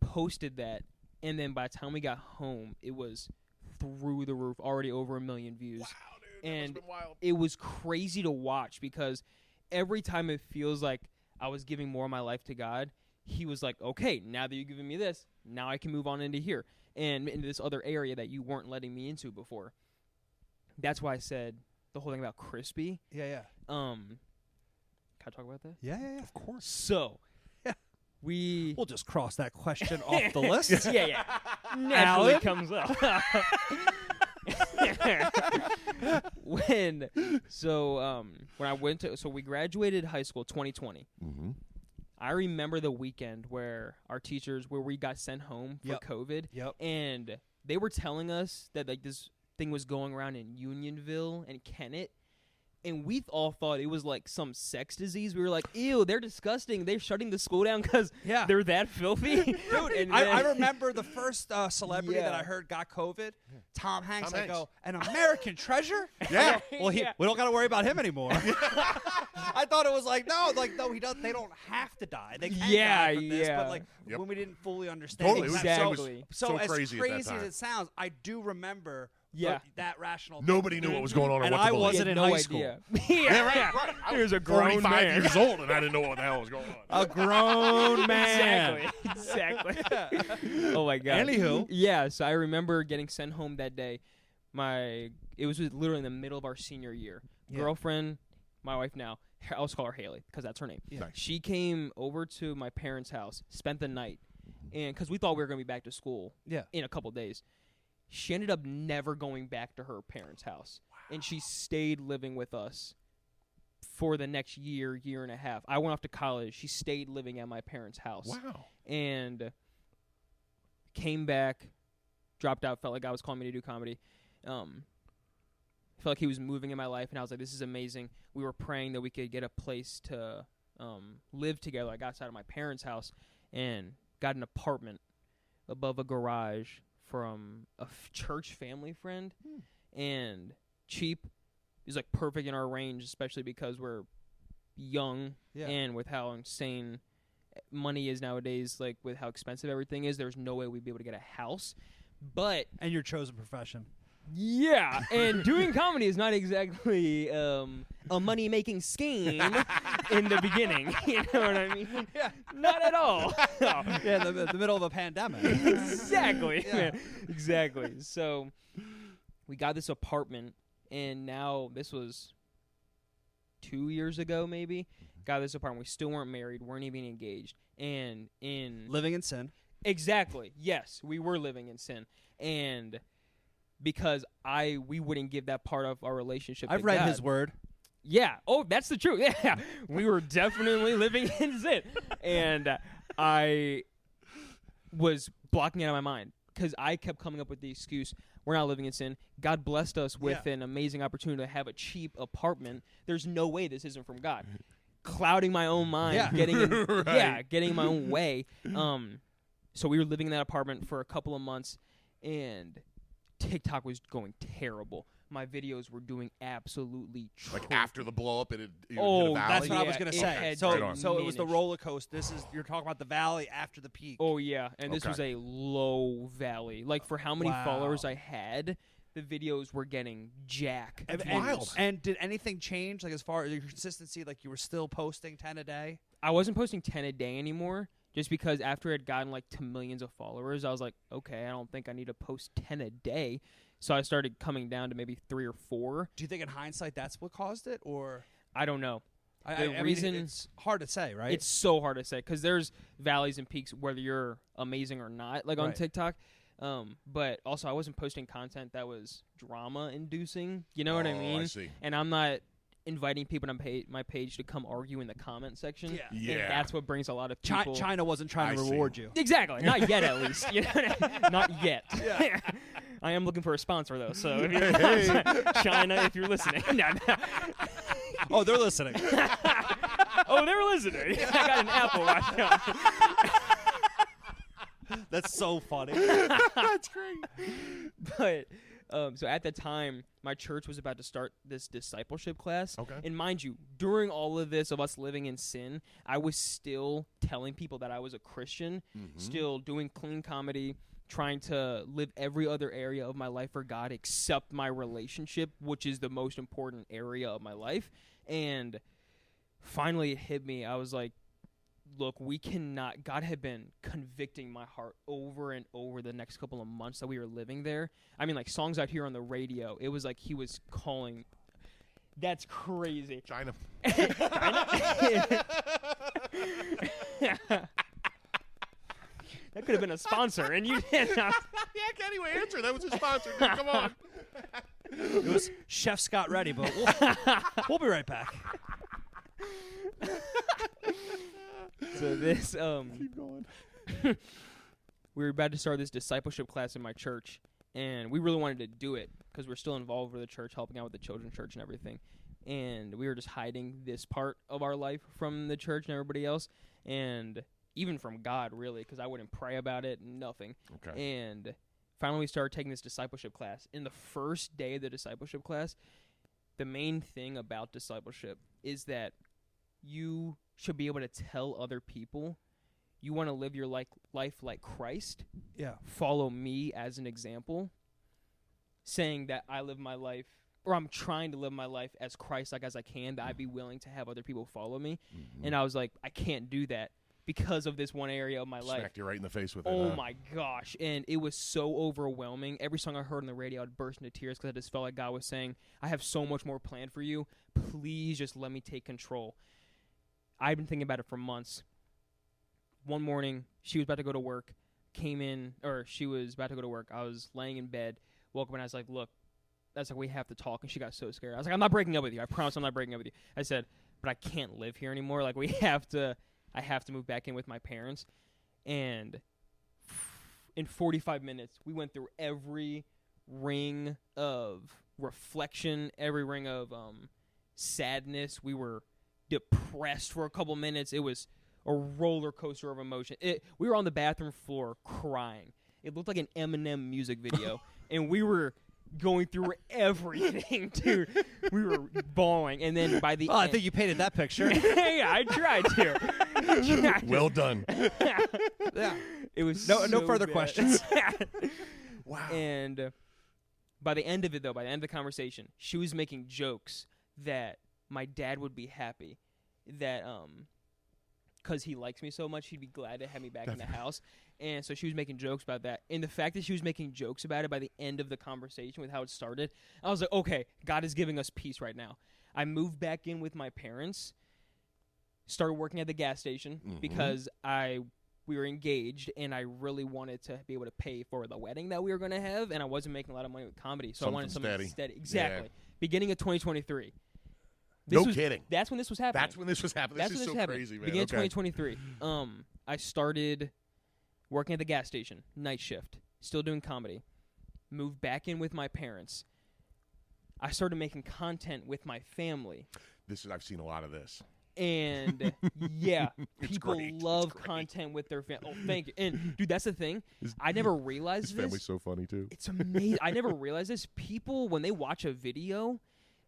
E: posted that, and then by the time we got home, it was through the roof, already over a million views. Wow, dude, and it was crazy to watch because every time it feels like I was giving more of my life to God, He was like, "Okay, now that you're giving me this, now I can move on into here and into this other area that you weren't letting me into before." That's why I said the whole thing about crispy.
D: Yeah, yeah,
E: Um, can I talk about that?
D: yeah, yeah. yeah. Of course.
E: So. We
D: We'll just cross that <laughs> question off the list.
E: yeah, yeah. Naturally
D: Alan?
E: comes up. <laughs> when so um when I went to so we graduated high school 2020.
C: Mm-hmm.
E: I remember the weekend where our teachers where we got sent home for
D: Yep.
E: COVID
D: Yep.
E: and they were telling us that like this thing was going around in Unionville and Kennett and we all thought it was like some sex disease. We were like, "Ew, they're disgusting. They're shutting the school down cuz
D: Yeah.
E: they're that filthy."
D: <laughs>
E: <laughs> Dude,
D: I, I remember the first uh, celebrity that
E: Yeah.
D: I heard got COVID, Tom Hanks.
C: Tom
D: I go,
C: Hanks.
D: an American treasure?
C: Yeah.
D: I go, well, he,
E: Yeah.
D: we don't got to worry about him anymore. <laughs> I thought it was like, no, like no, he does. They don't have to die. They can
E: Yeah,
D: die from this,
E: yeah.
D: but like
C: Yep.
D: when we didn't fully understand
C: Totally. It was-
D: exactly.
C: It was,
E: Exactly.
D: So,
C: so
D: as
C: crazy
D: crazy,
C: at that time.
D: as it sounds, I do remember
E: Yeah.
D: th- that rational.
C: Nobody knew what was going on or
D: And
C: what to
D: I
C: believe.
D: wasn't
E: had
D: in
E: no
D: high
E: idea.
D: school.
E: <laughs> yeah,
C: Yeah, right, right. I
E: He was a grown
C: 45
E: man.
C: years old, and I didn't know what the hell was going on.
D: A
E: <laughs>
D: grown man. <laughs>
E: Exactly. Exactly. oh my god.
D: Anywho.
E: Yeah, so I remember getting sent home that day. my it was literally in the middle of our senior year.
D: Yeah.
E: Girlfriend, my wife now. <laughs> I'll just call her Haley because that's her name.
D: Yeah.
C: Nice.
E: She came over to my parents' house, spent the night, and because we thought we were gonna be back to school
D: Yeah.
E: in a couple days, she ended up never going back to her parents' house, and she stayed living with us for the next year, year and a half. I went off to college. She stayed living at my parents' house
C: Wow.
E: and came back, dropped out, felt like God was calling me to do comedy. Um, felt like he was moving in my life, and I was like, this is amazing. We were praying that we could get a place to um, live together. I got outside of my parents' house and got an apartment above a garage from a f- church family friend, and cheap is like perfect in our range, especially because we're young
D: <laughs> Yeah.
E: and with how insane money is nowadays, like with how expensive everything is, there's no way we'd be able to get a house. But
D: And your chosen profession.
E: yeah, and doing comedy is not exactly um, a money making scheme in the beginning. <laughs> You know what I mean? Yeah. Not at all.
D: yeah, the, the middle of a
E: <laughs>
D: pandemic.
E: exactly.
D: Yeah.
E: man. <laughs> Exactly. So we got this apartment, and now this was two years ago, maybe. Got this apartment. We still weren't married, weren't even engaged. And in
D: Living in sin.
E: Exactly. Yes, we were living in sin, and because I we wouldn't give that part of our relationship.
D: I've
E: to
D: read
E: God.
D: his word.
E: Yeah. Oh, that's the truth. <laughs> Yeah, we were definitely living in sin, and uh, I was blocking it out of my mind because I kept coming up with the excuse. We're not living in sin. God blessed us with an amazing opportunity to have a cheap apartment. There's no way this isn't from God. Clouding my own mind,
D: Yeah.
C: <laughs>
E: getting in,
C: Right.
E: yeah, getting in
C: <laughs>
E: my own way. Um, so we were living in that apartment for a couple of months, and TikTok was going terrible. My videos were doing absolutely
C: Like
E: aff-
C: after the blow up, it had, it hit a valley.
E: Oh,
D: That's what I was
E: Yeah,
D: gonna
E: it
D: say.
E: had
D: So,
C: been
D: so it was the
E: managed.
D: roller coaster. This is you're talking about the valley after the peak.
E: Oh yeah, and this
C: Okay.
E: was a low valley. Like for how many followers I had, the videos were getting jack.
D: and, and-
E: views.
D: and did anything change, like as far as your consistency? Like you were still posting ten a day.
E: I wasn't posting ten a day anymore, just because after it had gotten like to millions of followers, I was like, okay, I don't think I need to post ten a day. So I started coming down to maybe three or four.
D: Do you think in hindsight that's what caused it, or
E: I don't know.
D: I,
E: The
D: I- I mean,
E: reason-
D: it's hard to say, right?
E: It's so hard to say because there's valleys and peaks whether you're amazing or not, like on
D: Right.
E: TikTok. Um, but also, I wasn't posting content that was drama inducing. You know what I
C: Oh, I
E: mean?
C: see.
E: And I'm not inviting people to pay, my page to come argue in the comment section.
D: Yeah.
E: And
C: Yeah.
E: that's what brings a lot of
D: Chi-
E: people.
D: China wasn't trying
C: I
D: to
C: see.
D: reward you.
E: Exactly. Not
D: <laughs>
E: yet, at least. You know what I mean? <laughs> Not yet. <laughs> I am looking for a sponsor, though. So if you're <laughs> China, if you're listening, No, no.
D: Oh, they're listening.
E: oh, they're listening. <laughs> I got an Apple right now.
D: That's so funny.
E: <laughs> but um, so at the time, my church was about to start this discipleship class.
C: Okay.
E: And mind you, during all of this of us living in sin, I was still telling people that I was a Christian, still doing clean comedy, trying to live every other area of my life for God except my relationship, which is the most important area of my life. And finally, it hit me. I was like, look, we cannot. God had been convicting my heart over and over the next couple of months that we were living there. I mean, like songs out here on the radio, it was like He was calling. That's crazy. <laughs>
C: China. <laughs>
E: That could have been a sponsor, and you didn't.
C: Yeah, I can't even answer. That was his sponsor. dude. Come
E: <laughs>
C: on.
D: It was Chef Scott Ready, but we'll, we'll be right back.
E: so this um we <laughs> were about to start this discipleship class in my church and we really wanted to do it because we're still involved with the church helping out with the children's church and everything and we were just hiding this part of our life from the church and everybody else and even from god really because i wouldn't pray about it nothing
C: Okay.
E: and finally we started taking this discipleship class in the first day of the discipleship class the main thing about discipleship is that you should be able to tell other people you want to live your like life like Christ,
D: Yeah.
E: follow me as an example, saying that I live my life or I'm trying to live my life as Christ like as I can, that I'd be willing to have other people follow me. And I was like, I can't do that because of this one area of my life.
C: Smacked you right in the face with it.
E: Oh
C: huh?
E: my gosh! And it was so overwhelming. Every song I heard on the radio, I'd burst into tears because I just felt like God was saying, "I have so much more planned for you. Please just let me take control." I've been thinking about it for months. One morning, she was about to go to work. Came in, or she was about to go to work. I was laying in bed, woke up, and I was like, "Look, that's like we have to talk." And she got so scared. I was like, "I'm not breaking up with you. I promise, I'm not breaking up with you." I said, "But I can't live here anymore. Like we <laughs> have to. I have to move back in with my parents." And in 45 minutes we went through every ring of reflection every ring of um, sadness we were depressed for a couple minutes it was a roller coaster of emotion it, we were on the bathroom floor crying it looked like an eminem music video and we were going through everything <laughs> dude we were bawling and then by the
G: Oh, I
E: end-
G: think <laughs> you painted that
E: <laughs>
G: picture.
E: yeah, I tried to. Yeah, I
C: <laughs> Well done.
G: yeah.
E: it was
G: No- no
E: so
G: further
E: bad. <laughs>
G: questions.
C: wow.
E: and uh, by the end of it, though, by the end of the conversation, she was making jokes that my dad would be happy that um, because he likes me so much, he'd be glad to have me back in the house. And so she was making jokes about that, and the fact that she was making jokes about it by the end of the conversation with how it started, I was like, okay, God is giving us peace right now. I moved back in with my parents, started working at the gas station
C: Mm-hmm.
E: because I we were engaged and I really wanted to be able to pay for the wedding that we were going to have and I wasn't making a lot of money with comedy so I wanted
C: Something
E: something
C: steady.
E: steady,
C: Yeah.
E: exactly beginning of 2023
C: No
E: was-
C: kidding.
E: that's when this was happening
C: That's when this was happening.
E: that's
C: this is
E: when
C: so
E: this happened.
C: crazy, man.
E: beginning of
C: okay.
E: 2023 um I started working at the gas station night shift still doing comedy moved back in with my parents I started making content with my family
C: This is I've seen a lot of this. <laughs>
E: and yeah, people
C: great. It's
E: love
C: great.
E: content with their family. Oh, thank you. And dude, that's the thing. I never
C: His
E: realized
C: family's
E: this.
C: so funny too.
E: It's amazing. I never realized this. People when they watch a video,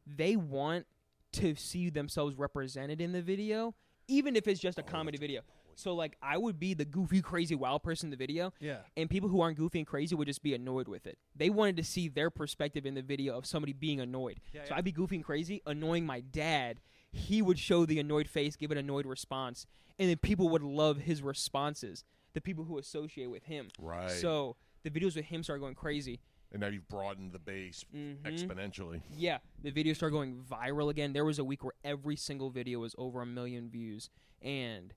E: they want to see themselves represented in the video, even if it's just a comedy video. So like, I would be the goofy, crazy, wild person in the video.
D: Yeah.
E: And people who aren't goofy and crazy would just be annoyed with it. They wanted to see their perspective in the video of somebody being annoyed. so I'd be goofy and crazy, annoying my dad. He would show the annoyed face, give an annoyed response, and then people would love his responses. The people who associate with him.
C: Right.
E: So the videos with him started going crazy.
C: And now you've broadened the base
E: Mm-hmm.
C: exponentially.
E: Yeah, the video started going viral again. There was a week where every single video was over a million views, and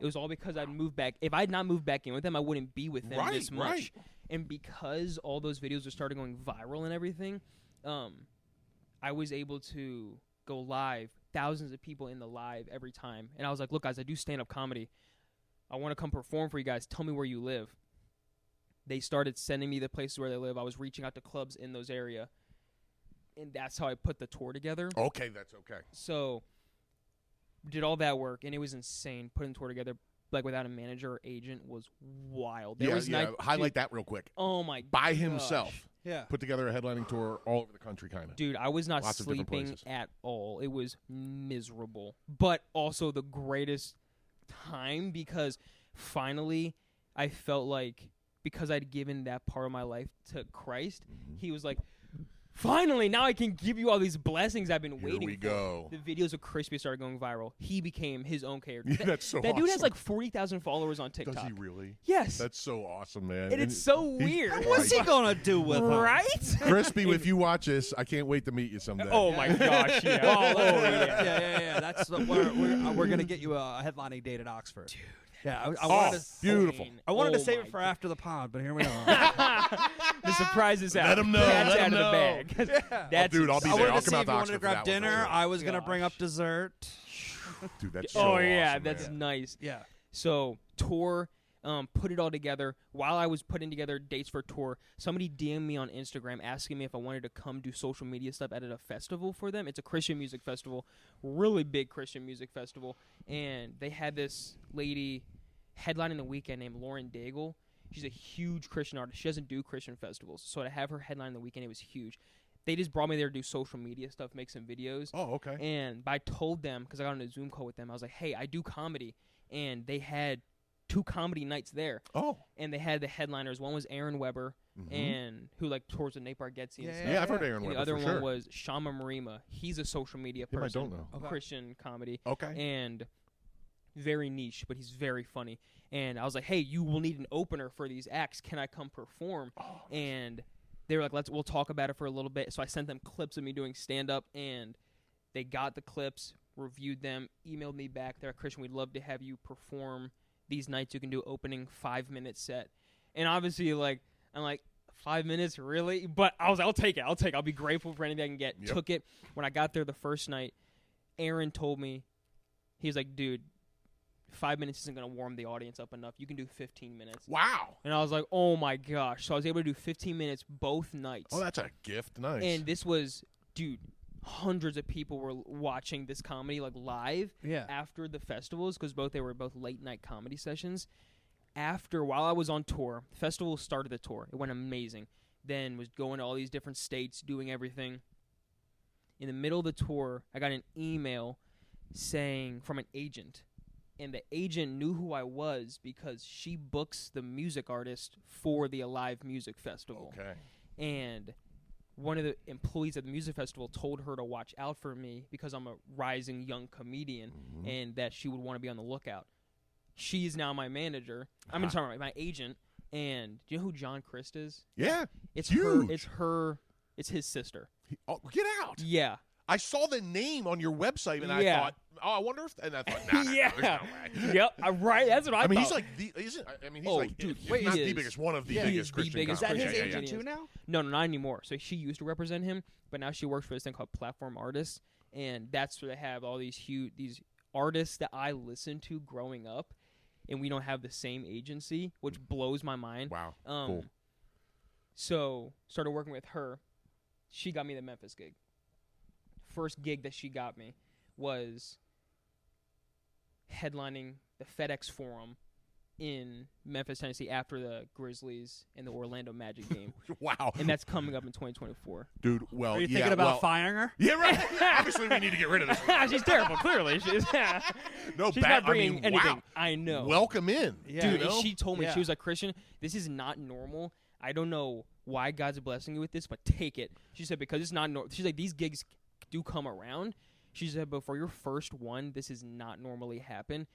E: it was all because I'd moved back. If I'd not moved back in with them, I wouldn't be with them
C: Right,
E: this much.
C: right.
E: And because all those videos were started going viral and everything, um, I was able to go live, thousands of people in the live every time. And I was like, look, guys, I do stand up comedy. I want to come perform for you guys. Tell me where you live. They started sending me the places where they live. I was reaching out to clubs in those area. And that's how I put the tour together.
C: Okay, that's okay.
E: So did all that work and it was insane putting the tour together like without a manager or agent was wild. There
C: yeah,
E: was
C: yeah.
E: night-
C: Highlight
E: dude,
C: that real quick.
E: Oh my
C: By
E: gosh.
C: himself,
D: Yeah.
C: put together a headlining tour all over the country, kind of.
E: Dude, I was not
C: Lots of different
E: sleeping
C: places.
E: at all. It was miserable, but also the greatest time because finally I felt like because I'd given that part of my life to Christ,
C: Mm-hmm.
E: he was like, finally, now I can give you all these blessings I've been
C: Here
E: waiting
C: we
E: for.
C: go.
E: The videos of Crispy started going viral. He became his own
C: <laughs>
E: character.
C: Yeah,
E: That-
C: that's so
E: That dude has
C: awesome.
E: like 40,000 followers on
C: Does
E: TikTok.
C: he really?
E: Yes.
C: That's so awesome, man.
E: and it's so
C: he's
E: weird.
G: What's he gonna do with her?
E: Right?
C: crispy.
E: <laughs>
C: if you watch this, I can't wait to meet you someday.
E: Oh my gosh! Yeah. <laughs> oh,
D: <laughs> yeah, yeah, yeah, yeah. That's the, we're, we're, uh, we're gonna get you a headlining date at Oxford. Dude, yeah, I, I wanted to,
C: Oh, beautiful.
E: Insane.
D: I wanted
E: Oh
D: to save
E: my
D: it for after the pod, but
C: <laughs>
D: here we are.
E: the surprise is out.
C: Let 'em know,
E: That's
C: let
E: out
C: 'em
E: of
C: know. Oh,
E: the bag. <laughs> That's
C: dude, I'll be there.
D: I wanted
C: I'll come out
D: to see if
C: to
D: you
C: Oxford
D: wanted to
C: for
D: grab
C: that one, for
D: dinner.
C: sure.
D: I was gonna bring up
E: Gosh.
D: dessert.
C: <laughs> dude, that's so
E: Oh yeah,
C: awesome,
E: that's
C: man.
E: nice.
D: Yeah,
E: So tour, um, put it all together. While I was putting together dates for tour, somebody DM'd me on Instagram asking me if I wanted to come do social media stuff at a festival for them. It's a Christian music festival, really big Christian music festival, and they had this lady headlining the weekend named Lauren Daigle. She's a huge Christian artist. She doesn't do Christian festivals, so to have her headline the weekend, it was huge. They just brought me there to do social media stuff, make some videos.
C: Oh okay.
E: And but I told them because I got on a Zoom call with them. I was like, "Hey, I do comedy," and they had two comedy nights there,
C: oh
E: and they had the headliners. One was Aaron Weber, and who like tours with Nate Bargatze and stuff.
C: Mm-hmm. yeah, I've heard Aaron
E: And
C: Weber
E: the other
C: for
E: one
C: sure.
E: was Shama Marima. He's a social media
C: Him I
E: person.
C: don't know.
E: Christian comedy.
C: Okay.
E: And very niche, but he's very funny. And I was like, hey, you will need an opener for these acts. Can I come perform? and they were like, let's we'll talk about it for a little bit. So I sent them clips of me doing stand up, and they got the clips, reviewed them, emailed me back. They're like, Christian, we'd love to have you perform these nights. You can do opening five minute set, and obviously like I'm like. Five minutes, really? But I was, I'll take it. I'll take. it. I'll be grateful for anything I can get.
C: Yep.
E: Took it when I got there the first night. Aaron told me, he was like, dude, five minutes isn't going to warm the audience up enough. You can do 15 minutes.
C: Wow.
E: And I was like, oh my gosh. So I was able to do 15 minutes both nights.
C: Oh, that's a gift. Nice.
E: and this was, dude, hundreds of people were l- watching this comedy like live
D: Yeah.
E: after the festivals because both they were both late night comedy sessions. After while I was on tour, festival started the tour. It went amazing. Then was going to all these different states, doing everything. In the middle of the tour, I got an email saying from an agent, and the agent knew who I was because she books the music artist for the Alive Music Festival
C: okay.
E: and one of the employees at the music festival told her to watch out for me because I'm a rising young comedian
C: Mm-hmm.
E: and that she would want to be on the lookout. She is now my manager.
C: <laughs>
E: I mean, sorry, my agent. And do you know who John Christ is?
C: Yeah.
E: It's
C: Huge.
E: her. It's her. It's his sister.
C: Oh, get out.
E: Yeah.
C: I saw the name on your website and I
E: Yeah.
C: thought, oh, I wonder if. And I thought, nah, nah, nah, there's
E: <laughs> yeah.
C: no way.
E: yep. I- Right. That's what I,
C: I mean, he's
E: thought.
C: like the isn't. I- I mean, he's
E: Oh,
C: like
E: dude,
C: if
E: wait,
C: not
E: he
C: the
E: is.
C: biggest, one of the
E: Yeah, he
C: biggest
E: is the
C: Christian.
E: biggest
C: comics.
E: Christian.
C: Yeah,
E: Is that
C: yeah,
E: his
C: yeah.
E: agent?
G: too now?
E: No, no, not anymore. So she used to represent him, but now she works for this thing called Platform Artists, and that's where they have all these huge these artists that I listened to growing up, and we don't have the same agency, which blows my mind.
C: Mm. Wow.
E: Um,
C: cool.
E: So started working with her. She got me the Memphis gig. First gig that she got me was headlining the FedEx Forum in Memphis, Tennessee, after the Grizzlies and the
C: <laughs>
E: Orlando Magic game
C: Wow.
E: and that's coming up in 2024.
C: Dude, well,
D: Are you
C: yeah,
D: thinking about
C: well,
D: firing her?
C: <laughs> Yeah, right. Obviously, we need to get rid of this. one.
E: <laughs> She's terrible. Clearly, <laughs> she's,
C: No,
E: <laughs> she's
C: bad-
E: not bringing
C: I mean,
E: anything.
C: Wow.
E: I know,
C: Welcome in,
G: Yeah.
E: dude.
C: You
E: and
C: know?
E: she told me
G: Yeah.
E: she was like, "Christian, this is not normal. I don't know why God's blessing you with this, but take it." She said because it's not normal. She's like, "These gigs do come around." She said, "But for your first one, this is not normally happen.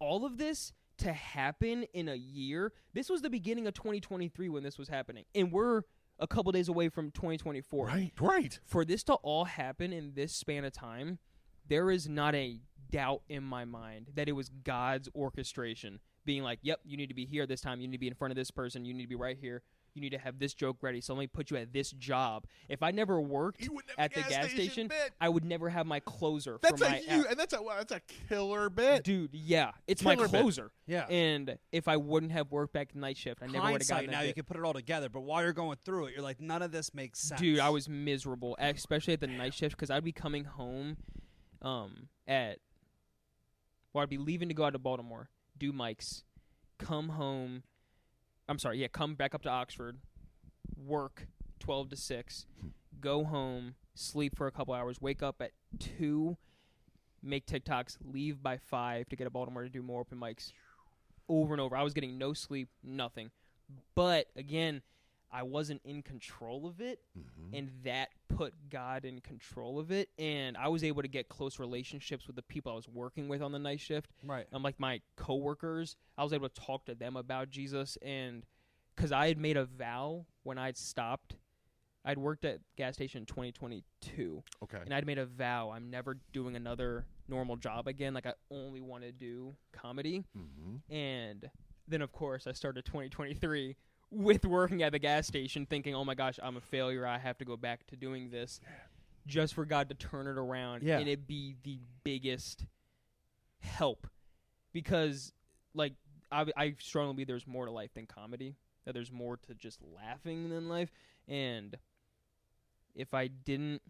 E: All of this." To happen in a year. This was the beginning of 2023 when this was happening, and we're a couple days away from 2024
C: right? Right.
E: for this to all happen in this span of time, there is not a doubt in my mind that it was God's orchestration being like, yep, you need to be here this time. You need to be in front of this person. You need to be right here. You need to have this joke ready. So let me put you at this job. If I never worked
C: You wouldn't have
E: at
C: a
E: the
C: gas
E: gas
C: station
E: station,
C: bit.
E: I would never have my closer
C: That's
E: for
C: a
E: my
C: huge,
E: act.
C: and that's a wow, that's a killer bit.
E: Dude, yeah, it's my
C: Killer bit.
E: closer.
G: Yeah.
E: and if I wouldn't have worked back night shift, I never would have
D: Hindsight,
E: gotten that
D: now you
E: bit.
D: can put it all together, but while you're going through it, you're like, none of this makes sense.
E: Dude, I was miserable, e, especially at the night shift because I'd be coming home um, at, well, I'd be leaving to go out to Baltimore, do mics, come home. I'm sorry, yeah, come back up to Oxford, work 12 to 6, go home, sleep for a couple hours, wake up at 2, make TikToks, leave by 5 to get to Baltimore to do more open mics over and over. I was getting no sleep, nothing. But again, I wasn't in control of it, and that put God in control of it. And I was able to get close relationships with the people I was working with on the night shift.
D: Right.
E: I'm like my coworkers. I was able to talk to them about Jesus, and because I had made a vow when I'd stopped, I'd worked at gas station in 2022
C: Okay.
E: and I'd made a vow I'm never doing another normal job again. Like I only want to do comedy.
C: Mm-hmm.
E: And then of course I started 2023 with working at the gas station, thinking, "Oh my gosh, I'm a failure. I have to go back to doing this." Just for God to turn it around
G: Yeah.
E: and it be the biggest help because like I, I strongly believe there's more to life than comedy. That there's more to just laughing than life. And if I didn't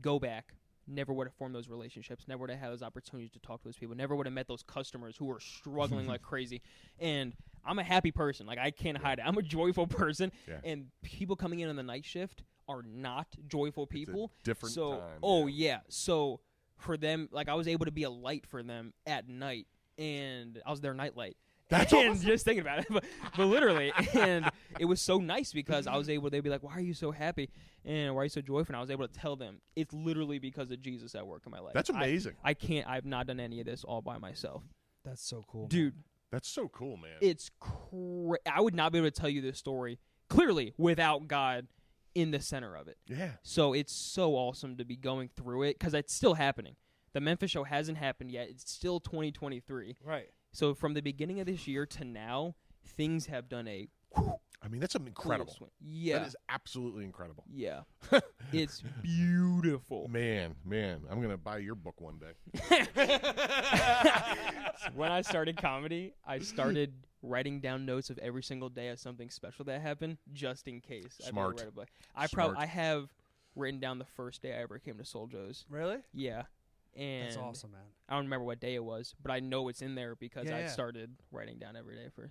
E: go back, never would have formed those relationships, never would have had those opportunities to talk to those people, never would have met those customers who
C: <laughs>
E: were struggling like crazy. And I'm a happy person. Like I can't hide it. I'm a joyful person.
C: Yeah.
E: And people coming in on the night shift are not joyful
C: It's a
E: people.
C: different
E: so
C: time,
E: oh
C: yeah.
E: yeah. So for them like I was able to be a light for them at night and I was their nightlight.
C: That's
E: and
C: awesome.
E: just thinking about it, but, but literally, and it was so nice because I was able. They'd be like, "Why are you so happy? And why are you so joyful?" And I was able to tell them it's literally because of Jesus at work in my life.
C: That's
E: I-
C: amazing.
E: I, can't. I've not done any of this all by myself,
D: That's so cool, man.
E: dude.
C: That's so cool, man.
E: It's cra- I would not be able to tell you this story clearly without God in the center of it.
C: yeah.
E: So it's so awesome to be going through it because it's still happening. The Memphis show hasn't happened yet. It's still 2023.
D: Right.
E: So from the beginning of this year to now, things have done a
C: I mean, that's incredible.
E: swing. Yeah,
C: That is absolutely incredible.
E: yeah.
C: <laughs>
E: it's beautiful.
C: Man, man, I'm gonna buy your book one day.
E: when I started comedy,
C: <laughs>
E: I started writing down notes of every single day of something special that happened, just in case. I've never
C: Smart.
E: read a book. I probably
C: Smart.
E: I have written down the first day I ever came to Soul Joe's.
D: Really?
E: Yeah, and
D: That's awesome, man.
E: I don't remember what day it was, but I know it's in there because
D: Yeah,
E: I
D: yeah.
E: started writing down every day for.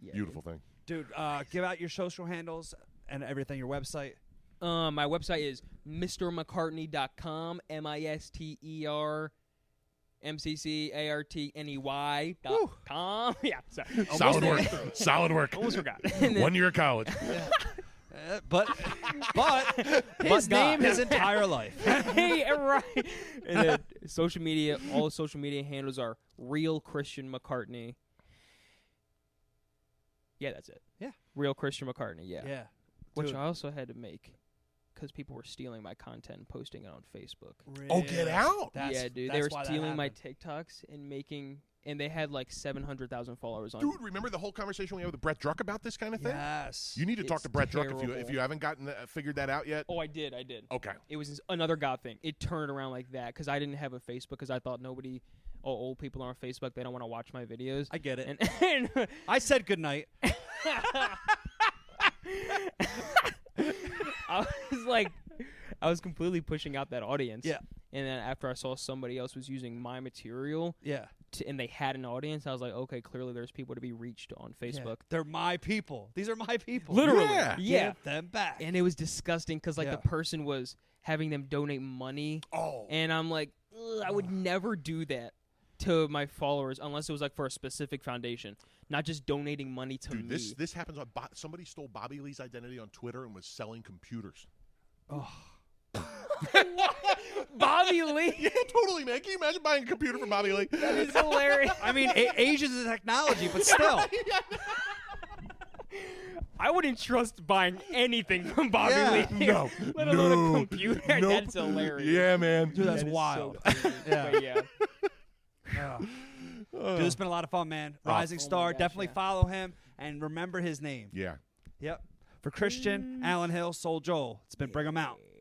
E: Yeah, dude.
C: Beautiful thing.
D: Dude, uh, give out your social handles and everything, your website.
E: Uh, my website is mrmccartney.com, M I S T E R M C C A R T N E Y dot com. <laughs> Yeah, sorry. Almost
C: Solid
E: there.
C: work.
E: <laughs>
C: Solid work.
D: <laughs>
E: Almost forgot. And then-
C: One year of college.
D: Uh, <laughs> but but his
E: God.
D: name his entire life.
E: <laughs> hey, right. And then social media, all social media handles are real Christian McCartney. Yeah, that's it.
D: Yeah.
E: Real Christian McCartney. Yeah.
D: <laughs> Yeah.
E: Which
D: dude.
E: I also had to make because people were stealing my content and posting it on Facebook.
C: Oh, get out.
D: That's,
E: yeah, dude.
D: That's
E: They were
D: why that
E: stealing my
D: happened.
E: TikToks and making, and they had like 700,000 followers on.
C: Dude, remember the whole conversation we had with Brett Druck about this kind of thing?
D: Yes.
C: You need to talk
E: It's
C: to Brett Druck if you if
E: terrible.
C: you haven't gotten that, figured that out yet.
E: Oh, I did. I did.
C: Okay.
E: It was another God thing. It turned around like that because I didn't have a Facebook because I thought nobody, oh, old people are on Facebook. They don't want to watch my videos.
D: I get it.
E: and, and <laughs>
D: I said goodnight.
E: I was like, I was completely pushing out that audience.
D: Yeah.
E: And then after I saw somebody else was using my material
D: Yeah.
E: to, and they had an audience, I was like, okay, clearly there's people to be reached on
D: Yeah.
E: Facebook.
D: They're my people. These are my people.
E: Literally.
C: Yeah.
E: yeah.
D: Give them back.
E: and it was disgusting because like
D: Yeah.
E: the person was having them donate money
C: Oh.
E: and i'm like "Ugh, i would never do that to my followers unless it was like for a specific foundation not just donating money to
C: Dude,
E: me
C: this this happens on Bo- somebody stole Bobby Lee's identity on Twitter and was selling computers. <laughs>
E: <laughs> bobby lee
C: Yeah, totally, man. Can you imagine buying a computer from Bobby
E: <laughs>
C: Lee?
E: is hilarious
D: I mean, a- Asians is a technology,
E: <laughs>
D: but still.
E: i wouldn't trust buying anything from bobby
D: Yeah.
C: <laughs>
E: lee
C: No.
E: <laughs> let
C: no.
E: alone a computer
C: Nope.
E: that's hilarious
C: Yeah, man.
D: Dude, that's
E: That is so
D: wild.
E: crazy.
D: Yeah.
E: <laughs> But yeah
D: Yeah. Dude, it's been a lot of fun, man. Rising
E: Oh my
D: Star.
E: gosh,
D: Definitely
E: yeah.
D: follow him and remember his name.
C: Yeah.
E: Mm.
D: Yep. For Christian, Alan Hill, Soul Joel. It's been Bring 'em Out.